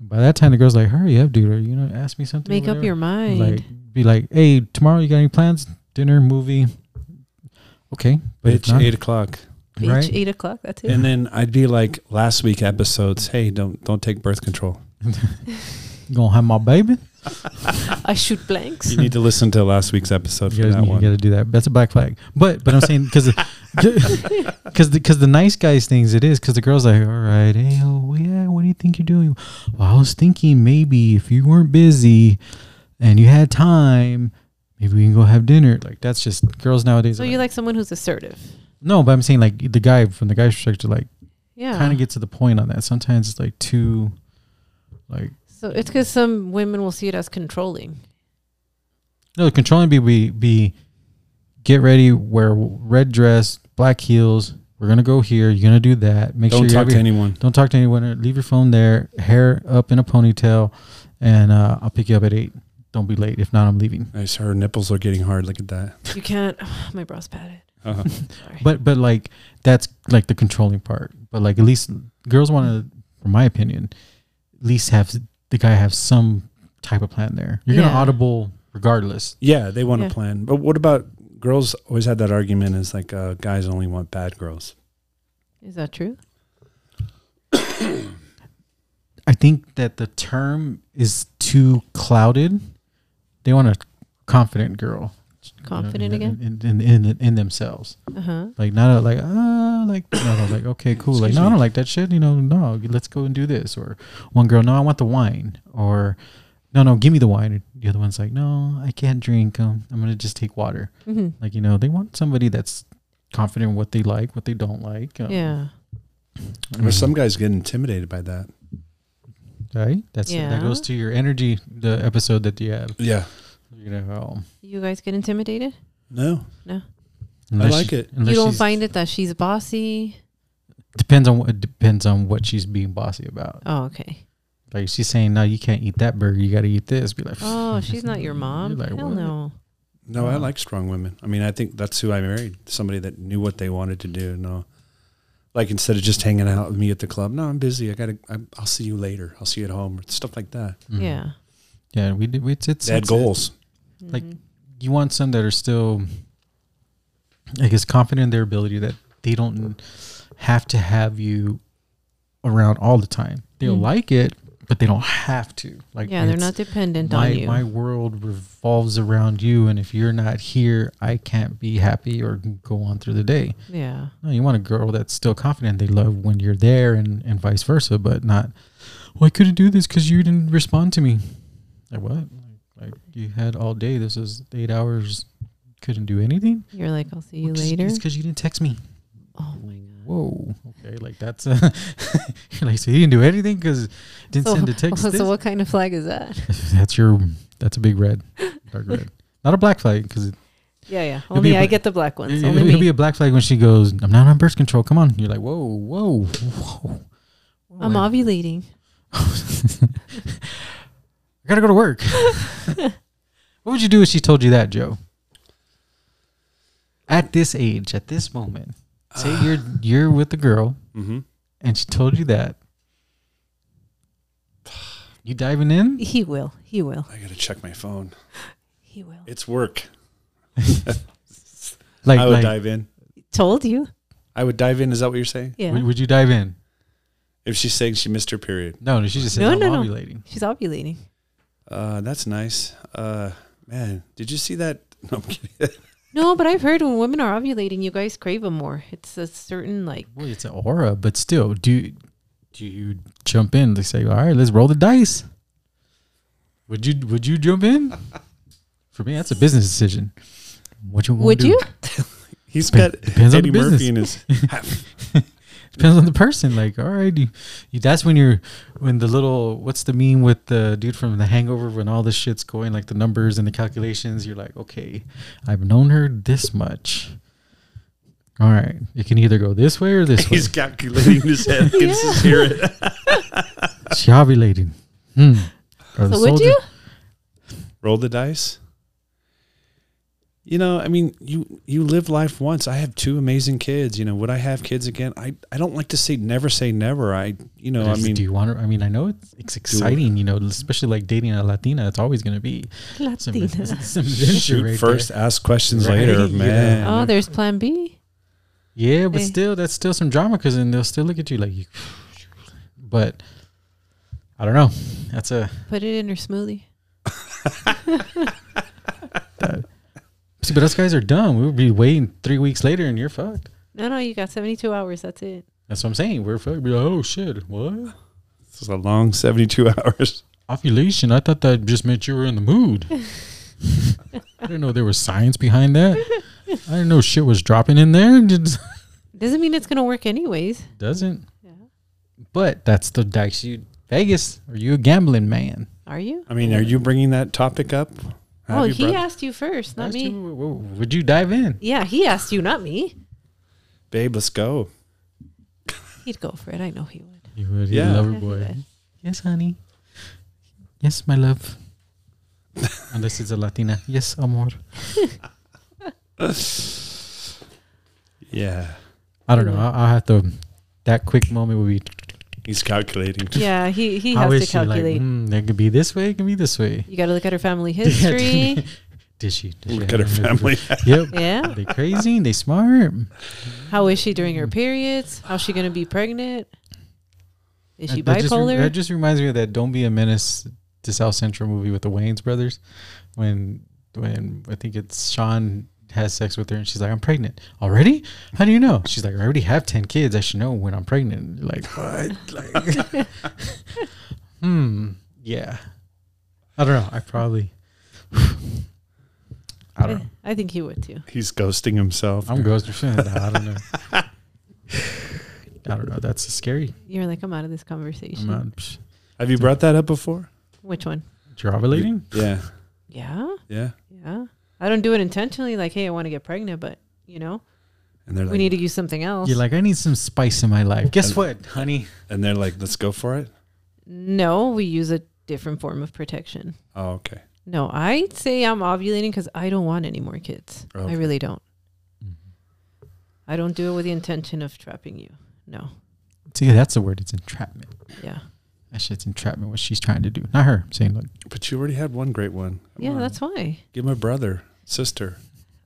[SPEAKER 3] By that time, the girl's like, "Hurry up, dude! Are you gonna ask me something?" or
[SPEAKER 1] Make up
[SPEAKER 3] whatever?"
[SPEAKER 1] your mind.
[SPEAKER 3] Like, be like, "Hey, tomorrow you got any plans? Dinner, movie?" Okay, but if
[SPEAKER 2] It's
[SPEAKER 3] not,
[SPEAKER 2] eight o'clock,
[SPEAKER 1] Beach,
[SPEAKER 3] right?
[SPEAKER 1] eight o'clock. That's it.
[SPEAKER 2] and then I'd be like last week episodes. Hey, don't don't take birth control.
[SPEAKER 3] You gonna have my baby.
[SPEAKER 1] I shoot blanks.
[SPEAKER 2] You
[SPEAKER 3] [LAUGHS]
[SPEAKER 2] need to listen to last week's episode for
[SPEAKER 3] You guys
[SPEAKER 2] that
[SPEAKER 3] need, you
[SPEAKER 2] one.
[SPEAKER 3] gotta do that. That's a black flag. But but I'm saying because
[SPEAKER 2] [LAUGHS]
[SPEAKER 3] [LAUGHS] because the, because the nice guys things it is because the girls like all right hey oh yeah what do you think you're doing? Well I was thinking maybe if you weren't busy and you had time maybe we can go have dinner. Like that's just girls nowadays.
[SPEAKER 1] So
[SPEAKER 3] are
[SPEAKER 1] you like someone who's assertive.
[SPEAKER 3] no, but I'm saying like the guy from the guy's perspective like
[SPEAKER 1] Yeah.
[SPEAKER 3] kind of get to the point on that. Sometimes it's like too like
[SPEAKER 1] so it's because some women will see it as controlling.
[SPEAKER 3] No, controlling be be be get ready, wear red dress, black heels. We're gonna go here. You're gonna do that. Make
[SPEAKER 2] Don't
[SPEAKER 3] sure
[SPEAKER 2] talk
[SPEAKER 3] you
[SPEAKER 2] to anyone.
[SPEAKER 3] don't talk to anyone. Leave your phone there. Hair up in a ponytail, and uh, I'll pick you up at eight. don't be late. If not, I'm leaving.
[SPEAKER 2] Nice. Her nipples are getting hard. Look at that.
[SPEAKER 1] You can't. [SIGHS] my bra's padded.
[SPEAKER 2] Uh-huh.
[SPEAKER 1] [LAUGHS] Sorry.
[SPEAKER 3] But but like that's like the controlling part. But like at least girls want to, from my opinion, at least have the guy have some type of plan there. You're gonna
[SPEAKER 1] Yeah.
[SPEAKER 3] audible regardless.
[SPEAKER 2] Yeah, they want
[SPEAKER 1] Yeah.
[SPEAKER 2] a plan. But what about girls? Always had that argument is like uh, guys only want bad girls.
[SPEAKER 1] is that true?
[SPEAKER 3] I think that the term is too clouded. They want a confident girl.
[SPEAKER 1] Confident
[SPEAKER 3] in,
[SPEAKER 1] again?
[SPEAKER 3] in, in, in, in themselves.
[SPEAKER 1] Uh huh.
[SPEAKER 3] Like not a, like ah like no, no
[SPEAKER 1] [COUGHS]
[SPEAKER 3] like okay cool like
[SPEAKER 2] Excuse
[SPEAKER 3] no I
[SPEAKER 2] me.
[SPEAKER 3] don't like that shit you know no let's go and do this or one girl no I want the wine or no no give me the wine the other one's like no I can't drink um, I'm gonna just take water
[SPEAKER 1] hmm
[SPEAKER 3] like you know they want somebody that's confident in what they like what they don't like um,
[SPEAKER 1] Yeah.
[SPEAKER 3] I
[SPEAKER 2] Or
[SPEAKER 3] mean,
[SPEAKER 2] some guys get intimidated by that.
[SPEAKER 3] right that's
[SPEAKER 1] Yeah.
[SPEAKER 3] that goes to your energy the episode that you have
[SPEAKER 2] Yeah.
[SPEAKER 3] you know um,
[SPEAKER 1] You guys get intimidated?
[SPEAKER 2] No.
[SPEAKER 3] unless
[SPEAKER 2] like
[SPEAKER 3] she-
[SPEAKER 2] it.
[SPEAKER 3] unless
[SPEAKER 1] you don't
[SPEAKER 3] she's-
[SPEAKER 1] find it that she's bossy?
[SPEAKER 3] depends on what it depends on what she's being bossy about
[SPEAKER 1] Oh,
[SPEAKER 3] [LAUGHS]
[SPEAKER 1] okay.
[SPEAKER 3] like she's saying no you can't eat that burger you got to eat this be like
[SPEAKER 1] Oh, she's not your mom?
[SPEAKER 3] You're like,
[SPEAKER 1] Hell
[SPEAKER 3] what?
[SPEAKER 1] no.
[SPEAKER 2] No, I
[SPEAKER 3] Wow.
[SPEAKER 2] like strong women. I mean, I think that's who I married. Somebody that knew what they wanted to do. No, like instead of just hanging out with me at the club. No, I'm busy. I gotta. I'm, I'll see you later. I'll see you at home. or Stuff like that.
[SPEAKER 3] Mhm.
[SPEAKER 1] Yeah.
[SPEAKER 3] Yeah, we did. we- It's, it's
[SPEAKER 2] They had
[SPEAKER 3] it's-
[SPEAKER 2] goals.
[SPEAKER 3] Like-
[SPEAKER 1] Mhm.
[SPEAKER 3] You want some that are still, I guess, confident in their ability that they don't have to have you around all the time. They'll
[SPEAKER 1] Mm.
[SPEAKER 3] like it, but they don't have to. Like,
[SPEAKER 1] yeah, they're
[SPEAKER 3] it's-
[SPEAKER 1] not dependent
[SPEAKER 3] My
[SPEAKER 1] on you.
[SPEAKER 3] my world revolves around you, and if you're not here, I can't be happy or go on through the day.
[SPEAKER 1] yeah.
[SPEAKER 3] No, you want a girl that's still confident. They love when you're there, and and vice versa, but not. Well, I couldn't do this because you didn't respond to me. Like what? Like you had all day. This is eight hours. Couldn't do anything.
[SPEAKER 1] You're like, I'll see you
[SPEAKER 3] Just-
[SPEAKER 1] later.
[SPEAKER 3] It's because you didn't text me.
[SPEAKER 1] Oh my
[SPEAKER 3] Whoa. Okay. Like that's. Uh, [LAUGHS] you're like so you didn't do anything because didn't
[SPEAKER 1] So-
[SPEAKER 3] send a text.
[SPEAKER 1] Oh, [LAUGHS] So
[SPEAKER 3] this?
[SPEAKER 1] what kind of flag is that?
[SPEAKER 3] that's your. That's a big red. Dark
[SPEAKER 1] [LAUGHS]
[SPEAKER 3] red. Not a black flag because it,
[SPEAKER 1] Yeah, yeah.
[SPEAKER 3] It'll be
[SPEAKER 1] Only
[SPEAKER 3] a
[SPEAKER 1] I
[SPEAKER 3] bla-
[SPEAKER 1] get the black ones.
[SPEAKER 3] it,
[SPEAKER 1] Only
[SPEAKER 3] will be
[SPEAKER 1] me.
[SPEAKER 3] a black flag when she goes. I'm not on birth control. Come on. You're like whoa whoa whoa. whoa
[SPEAKER 1] I'm
[SPEAKER 3] and-
[SPEAKER 1] ovulating.
[SPEAKER 3] [LAUGHS] I gotta go to work.
[SPEAKER 1] [LAUGHS]
[SPEAKER 3] what would you do if she told you that, Joe? At this age, at this moment,
[SPEAKER 1] [SIGHS]
[SPEAKER 3] say you're you're with a girl
[SPEAKER 2] Mm-hmm.
[SPEAKER 3] and she told you that. You diving in?
[SPEAKER 1] He will. He will.
[SPEAKER 2] I gotta check my phone.
[SPEAKER 1] He will.
[SPEAKER 2] It's work.
[SPEAKER 3] Like,
[SPEAKER 2] I would
[SPEAKER 3] like
[SPEAKER 2] dive in.
[SPEAKER 1] Told you.
[SPEAKER 2] I would dive in. Is that what you're saying?
[SPEAKER 1] Yeah.
[SPEAKER 3] would, would you dive in?
[SPEAKER 2] If she's saying she missed her period,
[SPEAKER 3] No, no, she just says
[SPEAKER 1] No,
[SPEAKER 3] I'm
[SPEAKER 1] no, no.
[SPEAKER 3] ovulating.
[SPEAKER 1] She's ovulating.
[SPEAKER 2] uh, that's nice. Uh, man, did you see that? [LAUGHS] No, I'm kidding.
[SPEAKER 1] No, but I've heard when women are ovulating, you guys crave them more. It's a certain like.
[SPEAKER 3] Well, it's an aura, but still, do do you jump in? They say, all right, let's roll the dice. Would you Would you jump in? For me, that's a business decision. What you wanna
[SPEAKER 1] Would
[SPEAKER 3] do.
[SPEAKER 1] you?
[SPEAKER 2] He's got
[SPEAKER 3] Depends on
[SPEAKER 2] Eddie
[SPEAKER 3] the business.
[SPEAKER 2] Murphy in
[SPEAKER 3] [LAUGHS]
[SPEAKER 2] his.
[SPEAKER 3] Depends on the person. Like, all right, you, you, that's when you're when the little what's the meme with the dude from The Hangover when all this shit's going like the numbers and the calculations. You're like, okay, I've known her this much. All right, it can either go this way or this
[SPEAKER 2] [LAUGHS]
[SPEAKER 3] way.
[SPEAKER 2] He's calculating his
[SPEAKER 3] [LAUGHS]
[SPEAKER 2] head against his spirit.
[SPEAKER 3] She ovulating. Hmm. Or the
[SPEAKER 1] So would
[SPEAKER 3] soldier-
[SPEAKER 1] you?
[SPEAKER 2] roll the dice. You know, I mean, you you live life once. I have two amazing kids. You know, would I have kids again? I I don't like to say never say never. I you know, I
[SPEAKER 3] It's- do
[SPEAKER 2] mean,
[SPEAKER 3] you want to? I mean, I know it's, it's exciting, you know, especially like dating a Latina. It's always going to be some,
[SPEAKER 1] Latina.
[SPEAKER 3] [LAUGHS]
[SPEAKER 1] [LAUGHS]
[SPEAKER 2] [LAUGHS]
[SPEAKER 3] some
[SPEAKER 2] shoot
[SPEAKER 3] adventure right
[SPEAKER 2] first,
[SPEAKER 3] there.
[SPEAKER 2] ask questions
[SPEAKER 3] Right,
[SPEAKER 2] later,
[SPEAKER 3] you
[SPEAKER 2] man.
[SPEAKER 1] Oh, there's Plan B.
[SPEAKER 3] Yeah, but
[SPEAKER 1] Hey.
[SPEAKER 3] still, that's still some drama because then they'll still look at you like you. But I don't know. That's a
[SPEAKER 1] Put it in her smoothie.
[SPEAKER 3] see, but us guys are dumb. We'll be waiting three weeks later, and you're fucked.
[SPEAKER 1] No, no, you got 72 hours. That's it.
[SPEAKER 3] That's what I'm saying. We're fucked. We're like, oh shit, what?
[SPEAKER 2] This is a long seventy-two [LAUGHS] hours.
[SPEAKER 3] Ovulation. I thought that just meant you were in the mood. I didn't know there was science behind that. I didn't know shit was dropping in there. [LAUGHS] It
[SPEAKER 1] Doesn't mean it's gonna work anyways.
[SPEAKER 3] doesn't.
[SPEAKER 1] Yeah.
[SPEAKER 3] But that's the dice you Vegas. Are you a gambling man?
[SPEAKER 1] Are you?
[SPEAKER 2] I mean, are you bringing that topic up? Have
[SPEAKER 1] oh,
[SPEAKER 2] you,
[SPEAKER 1] he
[SPEAKER 2] brother?
[SPEAKER 1] asked you first, not
[SPEAKER 3] Asked
[SPEAKER 1] me.
[SPEAKER 3] you, w- w- would you dive in?
[SPEAKER 1] Yeah, he asked you, not me.
[SPEAKER 2] babe, let's go.
[SPEAKER 1] He'd go for it. I know he would.
[SPEAKER 3] You would.
[SPEAKER 2] Yeah.
[SPEAKER 3] Yeah. Lover
[SPEAKER 1] Yeah, he
[SPEAKER 3] boy.
[SPEAKER 1] would.
[SPEAKER 3] Yes, honey. Yes, my love. [LAUGHS] Unless it's a Latina. Yes, amor.
[SPEAKER 2] [SIGHS] Yeah.
[SPEAKER 3] I don't know. I'll, I'll have to. That quick moment would be.
[SPEAKER 2] He's calculating.
[SPEAKER 1] Yeah, he, he
[SPEAKER 3] how
[SPEAKER 1] has to
[SPEAKER 3] is she? Like,
[SPEAKER 1] calculate.
[SPEAKER 3] hmm, it could be this way. It could be this way.
[SPEAKER 1] You got to look at her family
[SPEAKER 3] [LAUGHS] Yeah,
[SPEAKER 1] history.
[SPEAKER 3] Did she? Did
[SPEAKER 2] [LAUGHS]
[SPEAKER 3] she
[SPEAKER 2] Look at her
[SPEAKER 3] have any-
[SPEAKER 2] family.
[SPEAKER 3] [LAUGHS]
[SPEAKER 2] [LAUGHS]
[SPEAKER 3] Yep.
[SPEAKER 1] yeah.
[SPEAKER 3] they crazy. They smart.
[SPEAKER 1] How is she during her
[SPEAKER 3] Mm.
[SPEAKER 1] periods? How's she going to be pregnant? Is she
[SPEAKER 3] Uh, That- that just re-
[SPEAKER 1] bipolar?
[SPEAKER 3] that just reminds me of that "Don't Be a Menace" to South Central movie with the Wayans brothers, when when I think it's Sean has sex with her and she's like, "I'm pregnant already." How do you know? She's like, "I already have ten kids. I should know when I'm pregnant." You're Like what? Like, hmm. Yeah. I don't know. I probably. [SIGHS] I don't know.
[SPEAKER 1] I think he would too.
[SPEAKER 2] He's ghosting himself.
[SPEAKER 3] I'm ghosting. I don't know. I don't know. That's scary.
[SPEAKER 1] You're like, I'm out of this
[SPEAKER 3] I'm
[SPEAKER 1] conversation.
[SPEAKER 3] not psh,
[SPEAKER 2] Have you brought that up before?
[SPEAKER 1] Which one?
[SPEAKER 3] you're ovulating?
[SPEAKER 2] Yeah.
[SPEAKER 1] Yeah.
[SPEAKER 2] Yeah.
[SPEAKER 1] Yeah. I don't do it intentionally, like, hey, I want to get pregnant, but, you know,
[SPEAKER 2] And they're like,
[SPEAKER 1] we need to use something else.
[SPEAKER 3] You're like, I need some spice in my life. Guess what, honey?
[SPEAKER 2] and they're like, let's go for it.
[SPEAKER 1] no, we use a different form of protection.
[SPEAKER 2] Oh, okay.
[SPEAKER 1] No, I say I'm ovulating because I don't want any more kids. I
[SPEAKER 2] Okay. Mm-hmm.
[SPEAKER 1] really don't. I don't do it with the intention of trapping you. No.
[SPEAKER 3] See, that's the word. It's entrapment.
[SPEAKER 1] Yeah.
[SPEAKER 3] That shit's entrapment. What she's trying to do, not her. I'm saying like,
[SPEAKER 2] But you already had one great one. Come
[SPEAKER 1] Yeah,
[SPEAKER 2] on.
[SPEAKER 1] that's why.
[SPEAKER 2] Give my brother, sister.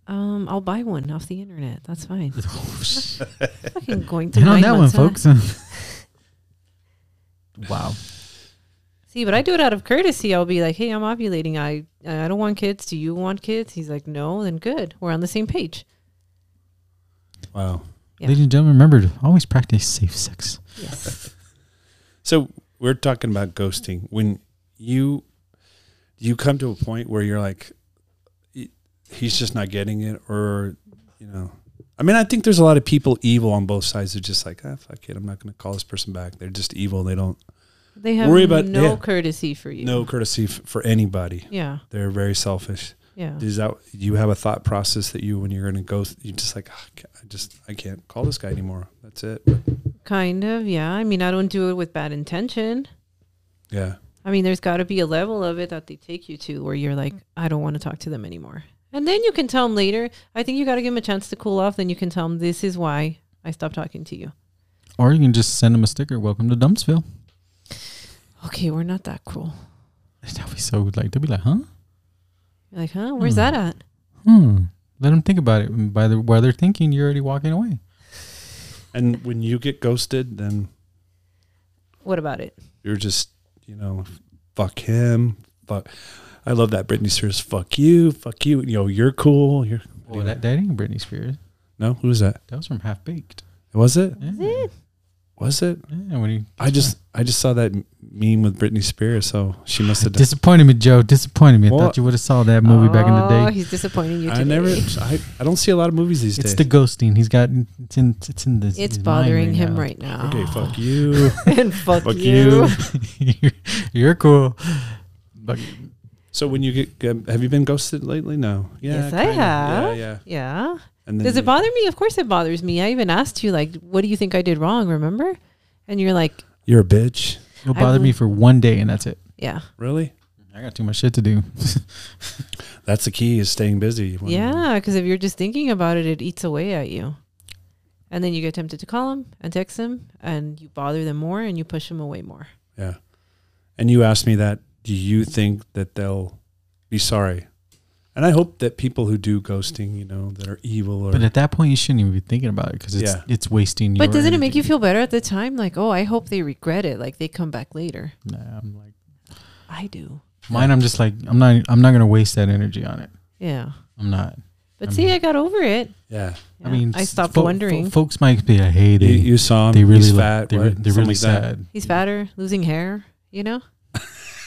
[SPEAKER 1] Um, I'll buy one off the internet. That's
[SPEAKER 2] [LAUGHS]
[SPEAKER 1] fine.
[SPEAKER 3] oh, shit.
[SPEAKER 1] Fucking going through
[SPEAKER 3] and on
[SPEAKER 1] nine
[SPEAKER 3] that one,
[SPEAKER 1] months, huh?
[SPEAKER 3] folks. [LAUGHS] wow.
[SPEAKER 1] See, but I do it out of courtesy. I'll be like, "Hey, I'm ovulating. I I don't want kids. Do you want kids?" He's like, "No." Then good. We're on the same page.
[SPEAKER 2] Wow.
[SPEAKER 1] Yeah.
[SPEAKER 3] Ladies and gentlemen, remember to always practice safe sex.
[SPEAKER 1] Yes.
[SPEAKER 2] So we're talking about ghosting. When you you come to a point where you're like, "He- he's just not getting it, or you know, I mean, I think there's a lot of people evil on both sides. They're just like, ah, fuck it, I'm not going to call this person back. They're just evil. They don't
[SPEAKER 1] They have
[SPEAKER 2] Worry about-
[SPEAKER 1] no
[SPEAKER 2] yeah.
[SPEAKER 1] courtesy for you.
[SPEAKER 2] no courtesy f- for anybody.
[SPEAKER 1] Yeah.
[SPEAKER 2] They're very selfish.
[SPEAKER 1] Yeah.
[SPEAKER 2] Is that you have a thought process that you when you're going to go? You just like, "Ah, ca- I just I can't call this guy anymore. That's it.
[SPEAKER 1] Kind of. Yeah. I mean, I don't do it with bad intention.
[SPEAKER 2] Yeah.
[SPEAKER 1] I mean, there's got to be a level of it that they take you to where you're like, I don't want to talk to them anymore. And then you can tell them later. I think you got to give them a chance to cool off. Then you can tell them this is why I stopped talking to you.
[SPEAKER 3] Or you can just send them a sticker. Welcome to Dumpsville. [LAUGHS]
[SPEAKER 1] Okay, we're not that cool.
[SPEAKER 3] That'd be so like they'd be like, huh?
[SPEAKER 1] You're like, huh? Where's
[SPEAKER 3] Hmm.
[SPEAKER 1] that at?
[SPEAKER 3] Hmm. Let them think about it. And by the while they're thinking, you're already walking away.
[SPEAKER 2] And when you get ghosted, then
[SPEAKER 1] What about it?
[SPEAKER 2] you're just you know fuck him fuck i love that britney spears fuck you fuck you you know you're cool you're
[SPEAKER 3] Well, that, that ain't Britney Spears.
[SPEAKER 2] no who was that
[SPEAKER 3] That was from Half Baked.
[SPEAKER 2] was it
[SPEAKER 3] Yeah.
[SPEAKER 2] was it
[SPEAKER 3] Yeah, when he
[SPEAKER 2] i just i just saw that meme with britney spears so she must have done
[SPEAKER 3] disappointed me, Joe. Disappointed me. I
[SPEAKER 2] Well,
[SPEAKER 3] thought you would have saw that movie back in the
[SPEAKER 1] Oh,
[SPEAKER 3] day.
[SPEAKER 1] he's disappointing you. Today.
[SPEAKER 2] i never I, I don't see a lot of movies these
[SPEAKER 3] It's the
[SPEAKER 2] days
[SPEAKER 3] ghosting. He's got it's in it's in the.
[SPEAKER 1] It's bothering him right now.
[SPEAKER 2] okay fuck you
[SPEAKER 1] [LAUGHS] and fuck,
[SPEAKER 2] fuck
[SPEAKER 1] you.
[SPEAKER 2] you
[SPEAKER 3] right. [LAUGHS] You're cool. But
[SPEAKER 2] so when you get um, have you been ghosted lately no
[SPEAKER 1] Yes, I
[SPEAKER 2] kinda.
[SPEAKER 1] have.
[SPEAKER 2] yeah yeah
[SPEAKER 1] Yeah.
[SPEAKER 2] and
[SPEAKER 1] Does
[SPEAKER 2] you-
[SPEAKER 1] it bother me? Of course it bothers me. I even asked you, like, what do you think I did wrong? Remember? And you're like,
[SPEAKER 2] you're a bitch
[SPEAKER 3] you'll
[SPEAKER 1] I
[SPEAKER 3] bother
[SPEAKER 1] will-
[SPEAKER 3] me for one day, and that's it.
[SPEAKER 1] yeah,
[SPEAKER 2] really
[SPEAKER 3] I got too much shit to do.
[SPEAKER 2] that's the key is staying busy
[SPEAKER 1] Yeah. 'Cause Because if you're just thinking about it, it eats away at you. And then you get tempted to call him and text him, and you bother them more and you push them away more.
[SPEAKER 2] Yeah. And you asked me that. Do you think that they'll be sorry? And I hope that people who do ghosting, you know, that are evil or
[SPEAKER 3] But at that point, you shouldn't even be thinking about it because it's
[SPEAKER 2] Yeah.
[SPEAKER 3] it's wasting.
[SPEAKER 1] But
[SPEAKER 3] your
[SPEAKER 1] doesn't it make you
[SPEAKER 3] energy.
[SPEAKER 1] feel better at the time? Like, oh, I hope they regret it. Like, they come back later.
[SPEAKER 3] Nah, I'm like
[SPEAKER 1] I do.
[SPEAKER 3] mine. I'm just like I'm not. I'm not gonna waste that energy on it.
[SPEAKER 1] Yeah.
[SPEAKER 3] I'm not.
[SPEAKER 1] But
[SPEAKER 3] I
[SPEAKER 1] see,
[SPEAKER 3] mean-
[SPEAKER 1] I got over it.
[SPEAKER 2] yeah.
[SPEAKER 3] I mean,
[SPEAKER 1] I
[SPEAKER 3] s-
[SPEAKER 1] stopped
[SPEAKER 3] fo- fo-
[SPEAKER 1] wondering.
[SPEAKER 3] folks might be like, hey, they
[SPEAKER 2] you, you saw him.
[SPEAKER 3] they really
[SPEAKER 2] he's
[SPEAKER 3] like-
[SPEAKER 2] fat.
[SPEAKER 3] They,
[SPEAKER 2] what?
[SPEAKER 3] re- they're
[SPEAKER 2] Something
[SPEAKER 3] really
[SPEAKER 2] like that.
[SPEAKER 3] sad.
[SPEAKER 1] He's fatter, losing hair, you know?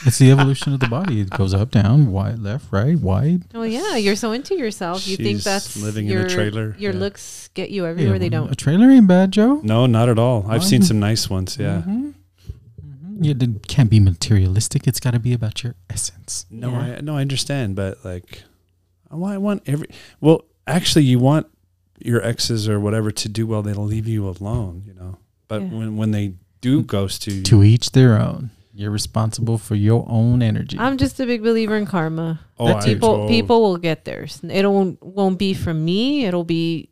[SPEAKER 3] It's the evolution of the body. It goes up, down, wide, left, right, wide.
[SPEAKER 1] Well, Oh, yeah, you're so into yourself. You think
[SPEAKER 2] She's
[SPEAKER 1] that's
[SPEAKER 2] living in
[SPEAKER 1] your,
[SPEAKER 2] a trailer.
[SPEAKER 1] Your
[SPEAKER 2] Yeah.
[SPEAKER 1] looks get you
[SPEAKER 3] Hey,
[SPEAKER 1] everywhere they
[SPEAKER 3] A [LAUGHS]
[SPEAKER 1] don't.
[SPEAKER 3] trailer ain't bad, Joe.
[SPEAKER 2] No, not at all. I've seen some nice ones. Yeah.
[SPEAKER 3] Mhm. Mhm. Yeah, it can't be materialistic. It's got to be about your essence.
[SPEAKER 2] No,
[SPEAKER 1] Yeah.
[SPEAKER 2] I no, I understand, but like, I want, I want every. Well, actually, you want your exes or whatever to do well. They'll leave you alone, you know. But
[SPEAKER 1] Yeah.
[SPEAKER 3] Mm.
[SPEAKER 2] when when they do ghost you,
[SPEAKER 3] To each their own. You're responsible for your own energy.
[SPEAKER 1] I'm just a big believer in karma.
[SPEAKER 2] Oh, I
[SPEAKER 1] people
[SPEAKER 2] told-
[SPEAKER 1] people will get theirs. It won't won't be from me. It'll be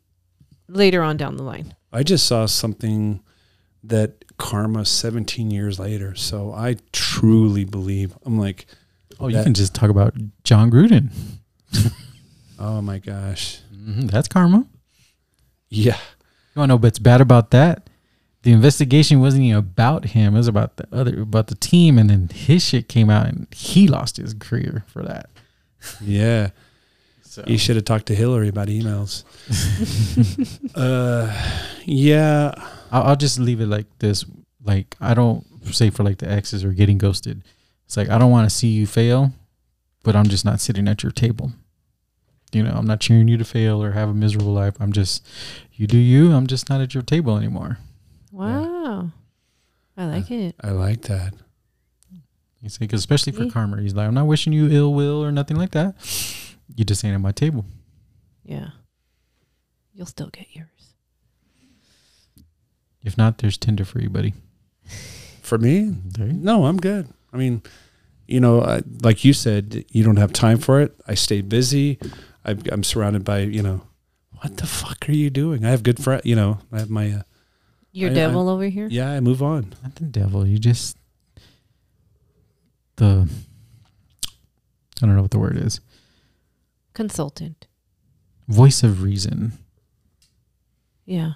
[SPEAKER 1] later on down the line.
[SPEAKER 2] I just saw something that karma 17 years later. So I truly believe I'm like,
[SPEAKER 3] oh, you
[SPEAKER 2] that-
[SPEAKER 3] can just talk about John Gruden.
[SPEAKER 2] oh my gosh.
[SPEAKER 3] hmm that's karma.
[SPEAKER 2] Yeah.
[SPEAKER 3] You want to know what's bad about that? The investigation wasn't even about him. It was about the other, about the team, and then his shit came out, and he lost his career for that.
[SPEAKER 2] Yeah.
[SPEAKER 3] So
[SPEAKER 2] You should have talked to Hillary about [LAUGHS] emails. uh, yeah.
[SPEAKER 3] I'll, I'll just leave it like this. Like I don't say for like the exes or getting ghosted. It's like I don't want to see you fail, but I'm just not sitting at your table. You know, I'm not cheering you to fail or have a miserable life. I'm just, you do you. I'm just not at your table anymore.
[SPEAKER 1] Wow. I like it.
[SPEAKER 2] I like that.
[SPEAKER 3] You say, 'cause especially for
[SPEAKER 1] Yeah.
[SPEAKER 3] karma, he's like, I'm not wishing you ill will or nothing like that. You just ain't at my table.
[SPEAKER 1] Yeah. You'll still get yours.
[SPEAKER 3] If not, there's Tinder for you, buddy.
[SPEAKER 2] For me,
[SPEAKER 3] There you
[SPEAKER 2] no, I'm good. I mean, you know, I, like you said, you don't have time for it. I stay busy. I, I'm surrounded by, you know, what the fuck are you doing? I have good friends, you know, I have my, uh,
[SPEAKER 1] Your
[SPEAKER 2] I- I-
[SPEAKER 1] devil over here.
[SPEAKER 2] yeah, I move on.
[SPEAKER 3] Not the devil. You just the I don't know what the word is.
[SPEAKER 1] Consultant.
[SPEAKER 3] Voice of reason.
[SPEAKER 1] Yeah.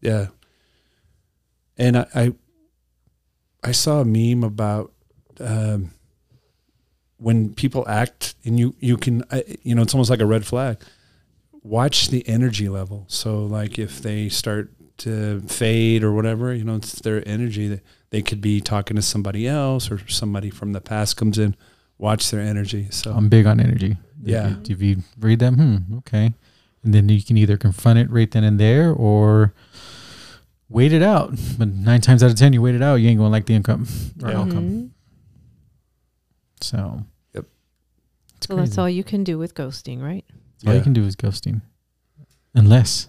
[SPEAKER 2] Yeah. And I, I, I saw a meme about um, when people act, and you you can I, you know it's almost like a red flag. Watch the energy level. So like if they start to fade or whatever, you know, it's their energy that they could be talking to somebody else or somebody from the past comes in. Watch their energy. So
[SPEAKER 3] I'm big on energy. If
[SPEAKER 2] Yeah.
[SPEAKER 3] you- If you read them, hmm, okay. And then you can either confront it right then and there or wait it out. But nine times out of ten you wait it out, you ain't gonna like the income or
[SPEAKER 2] Yeah.
[SPEAKER 3] outcome.
[SPEAKER 1] Mhm.
[SPEAKER 3] So
[SPEAKER 2] Yep.
[SPEAKER 3] It's
[SPEAKER 1] So that's
[SPEAKER 3] crazy.
[SPEAKER 1] all you can do with ghosting, right?
[SPEAKER 3] All
[SPEAKER 2] Yeah.
[SPEAKER 3] you can do is ghosting, unless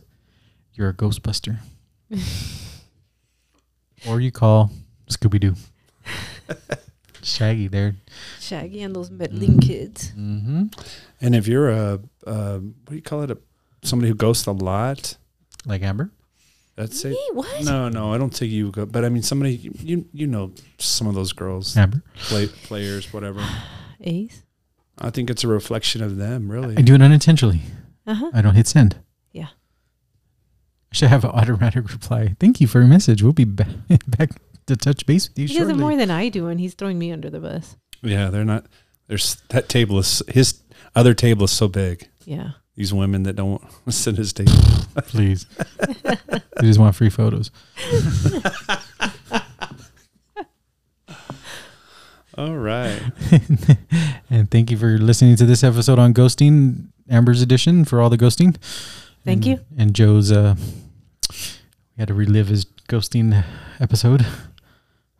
[SPEAKER 3] you're a Ghostbuster, or you call Scooby Doo, Shaggy. There,
[SPEAKER 1] Shaggy and those meddling kids.
[SPEAKER 3] mm-hmm.
[SPEAKER 2] and if you're a, uh what do you call it a somebody who ghosts a lot,
[SPEAKER 3] like Amber.
[SPEAKER 2] that's it.
[SPEAKER 1] Me? What?
[SPEAKER 2] No, no, I don't think you go. But I mean, somebody you you know some of those girls,
[SPEAKER 3] Amber.
[SPEAKER 2] play, players, whatever.
[SPEAKER 1] Ace.
[SPEAKER 2] I think it's a reflection of them, really.
[SPEAKER 3] I do it unintentionally.
[SPEAKER 1] Uh huh.
[SPEAKER 3] I don't hit send.
[SPEAKER 1] Yeah.
[SPEAKER 3] I should have an automatic reply. Thank you for your message. We'll be back, [LAUGHS] back to touch base with you
[SPEAKER 1] He does
[SPEAKER 3] shortly.
[SPEAKER 1] it more than I do, and he's throwing me under the bus.
[SPEAKER 2] Yeah, they're not. There's that table is his other table is so big.
[SPEAKER 1] Yeah.
[SPEAKER 2] These women that don't [LAUGHS] sit at his table.
[SPEAKER 3] Please, they just want free photos. [LAUGHS]
[SPEAKER 2] All right,
[SPEAKER 3] And thank you for listening to this episode on ghosting, Amber's edition for all the ghosting.
[SPEAKER 1] Thank
[SPEAKER 3] And-
[SPEAKER 1] you.
[SPEAKER 3] And Joe's, uh, we had to relive his ghosting episode.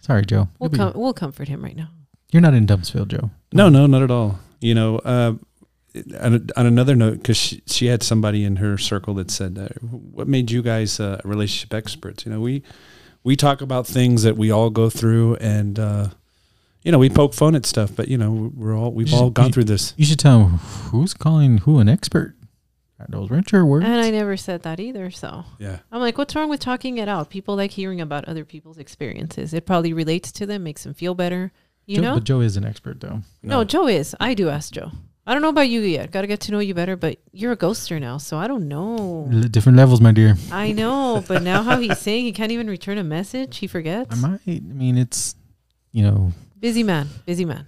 [SPEAKER 3] Sorry, Joe.
[SPEAKER 1] We'll
[SPEAKER 3] You'll
[SPEAKER 1] com-
[SPEAKER 3] be-
[SPEAKER 1] we'll comfort him right now.
[SPEAKER 3] You're not in Dumpsville, Joe.
[SPEAKER 2] no, no, not at all. You know, uh, on, on another note, because she, she had somebody in her circle that said, uh, "What made you guys uh, relationship experts?" You know, we we talk about things that we all go through, and uh, you know, we poke fun at stuff, but you know, we're all we've all gone through this.
[SPEAKER 3] You should tell him who's calling who an expert. Are those richer words?
[SPEAKER 1] And I never said that either. So
[SPEAKER 2] Yeah,
[SPEAKER 1] I'm like, what's wrong with talking it out? People like hearing about other people's experiences. It probably relates to them, makes them feel better. You
[SPEAKER 3] Joe,
[SPEAKER 1] know?
[SPEAKER 3] But uh, Joe is an expert, though.
[SPEAKER 1] no. Joe is. I do ask Joe. I don't know about you yet. Got to get to know you better, but you're a ghoster now, so I don't
[SPEAKER 3] [LAUGHS]
[SPEAKER 1] know.
[SPEAKER 3] L- different levels, my dear.
[SPEAKER 1] I know, but now how he's saying he can't even return a message, he forgets.
[SPEAKER 3] I might. I mean, it's, you know,
[SPEAKER 1] busy man, busy man.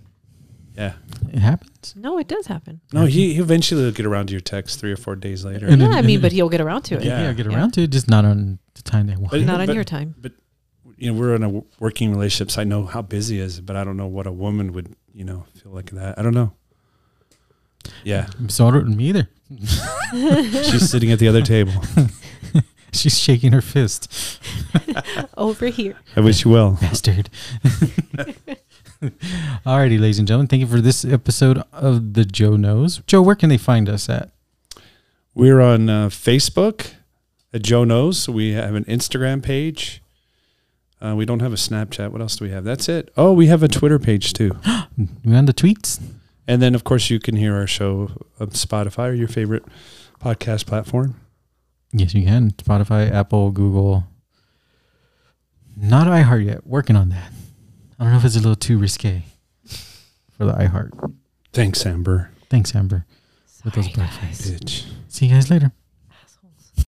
[SPEAKER 2] yeah.
[SPEAKER 3] it happens.
[SPEAKER 1] No, it does happen.
[SPEAKER 2] No, he, he eventually will get around to your text three or four days later.
[SPEAKER 3] And
[SPEAKER 1] yeah,
[SPEAKER 3] then-
[SPEAKER 1] I mean, but he'll get around to it.
[SPEAKER 2] Yeah.
[SPEAKER 3] Yeah, get around to it, just not on the time they want.
[SPEAKER 2] But-
[SPEAKER 1] Not on
[SPEAKER 2] but-
[SPEAKER 1] your time.
[SPEAKER 2] you know, we're in a w- working relationship, so I know how busy he is, but I don't know what a woman would, you know, feel like that. I don't know.
[SPEAKER 1] [LAUGHS]
[SPEAKER 2] Yeah,
[SPEAKER 3] so I don't me either. [LAUGHS]
[SPEAKER 2] she's sitting at the other table.
[SPEAKER 3] She's shaking her fist. [LAUGHS]
[SPEAKER 1] Over here.
[SPEAKER 2] I wish you well.
[SPEAKER 3] bastard. [LAUGHS] Alrighty, ladies and gentlemen, thank you for this episode of the Joe Knows. Joe, where can they find us at?
[SPEAKER 2] We're on uh, Facebook at Joe Knows. We have an Instagram page. Uh, we don't have a Snapchat. What else do we have? That's it. Oh, we have a Twitter page too.
[SPEAKER 3] We on the tweets?
[SPEAKER 2] And then, of course, you can hear our show on Spotify or your favorite podcast platform.
[SPEAKER 3] Yes, you can. Spotify, Apple, Google. Not iHeart yet. Working on that. I don't know if it's a little too risque for the iHeart.
[SPEAKER 2] Thanks, Amber.
[SPEAKER 3] Thanks, Amber. With those
[SPEAKER 1] Sorry,
[SPEAKER 3] black faces.
[SPEAKER 2] Bitch.
[SPEAKER 3] See you guys later.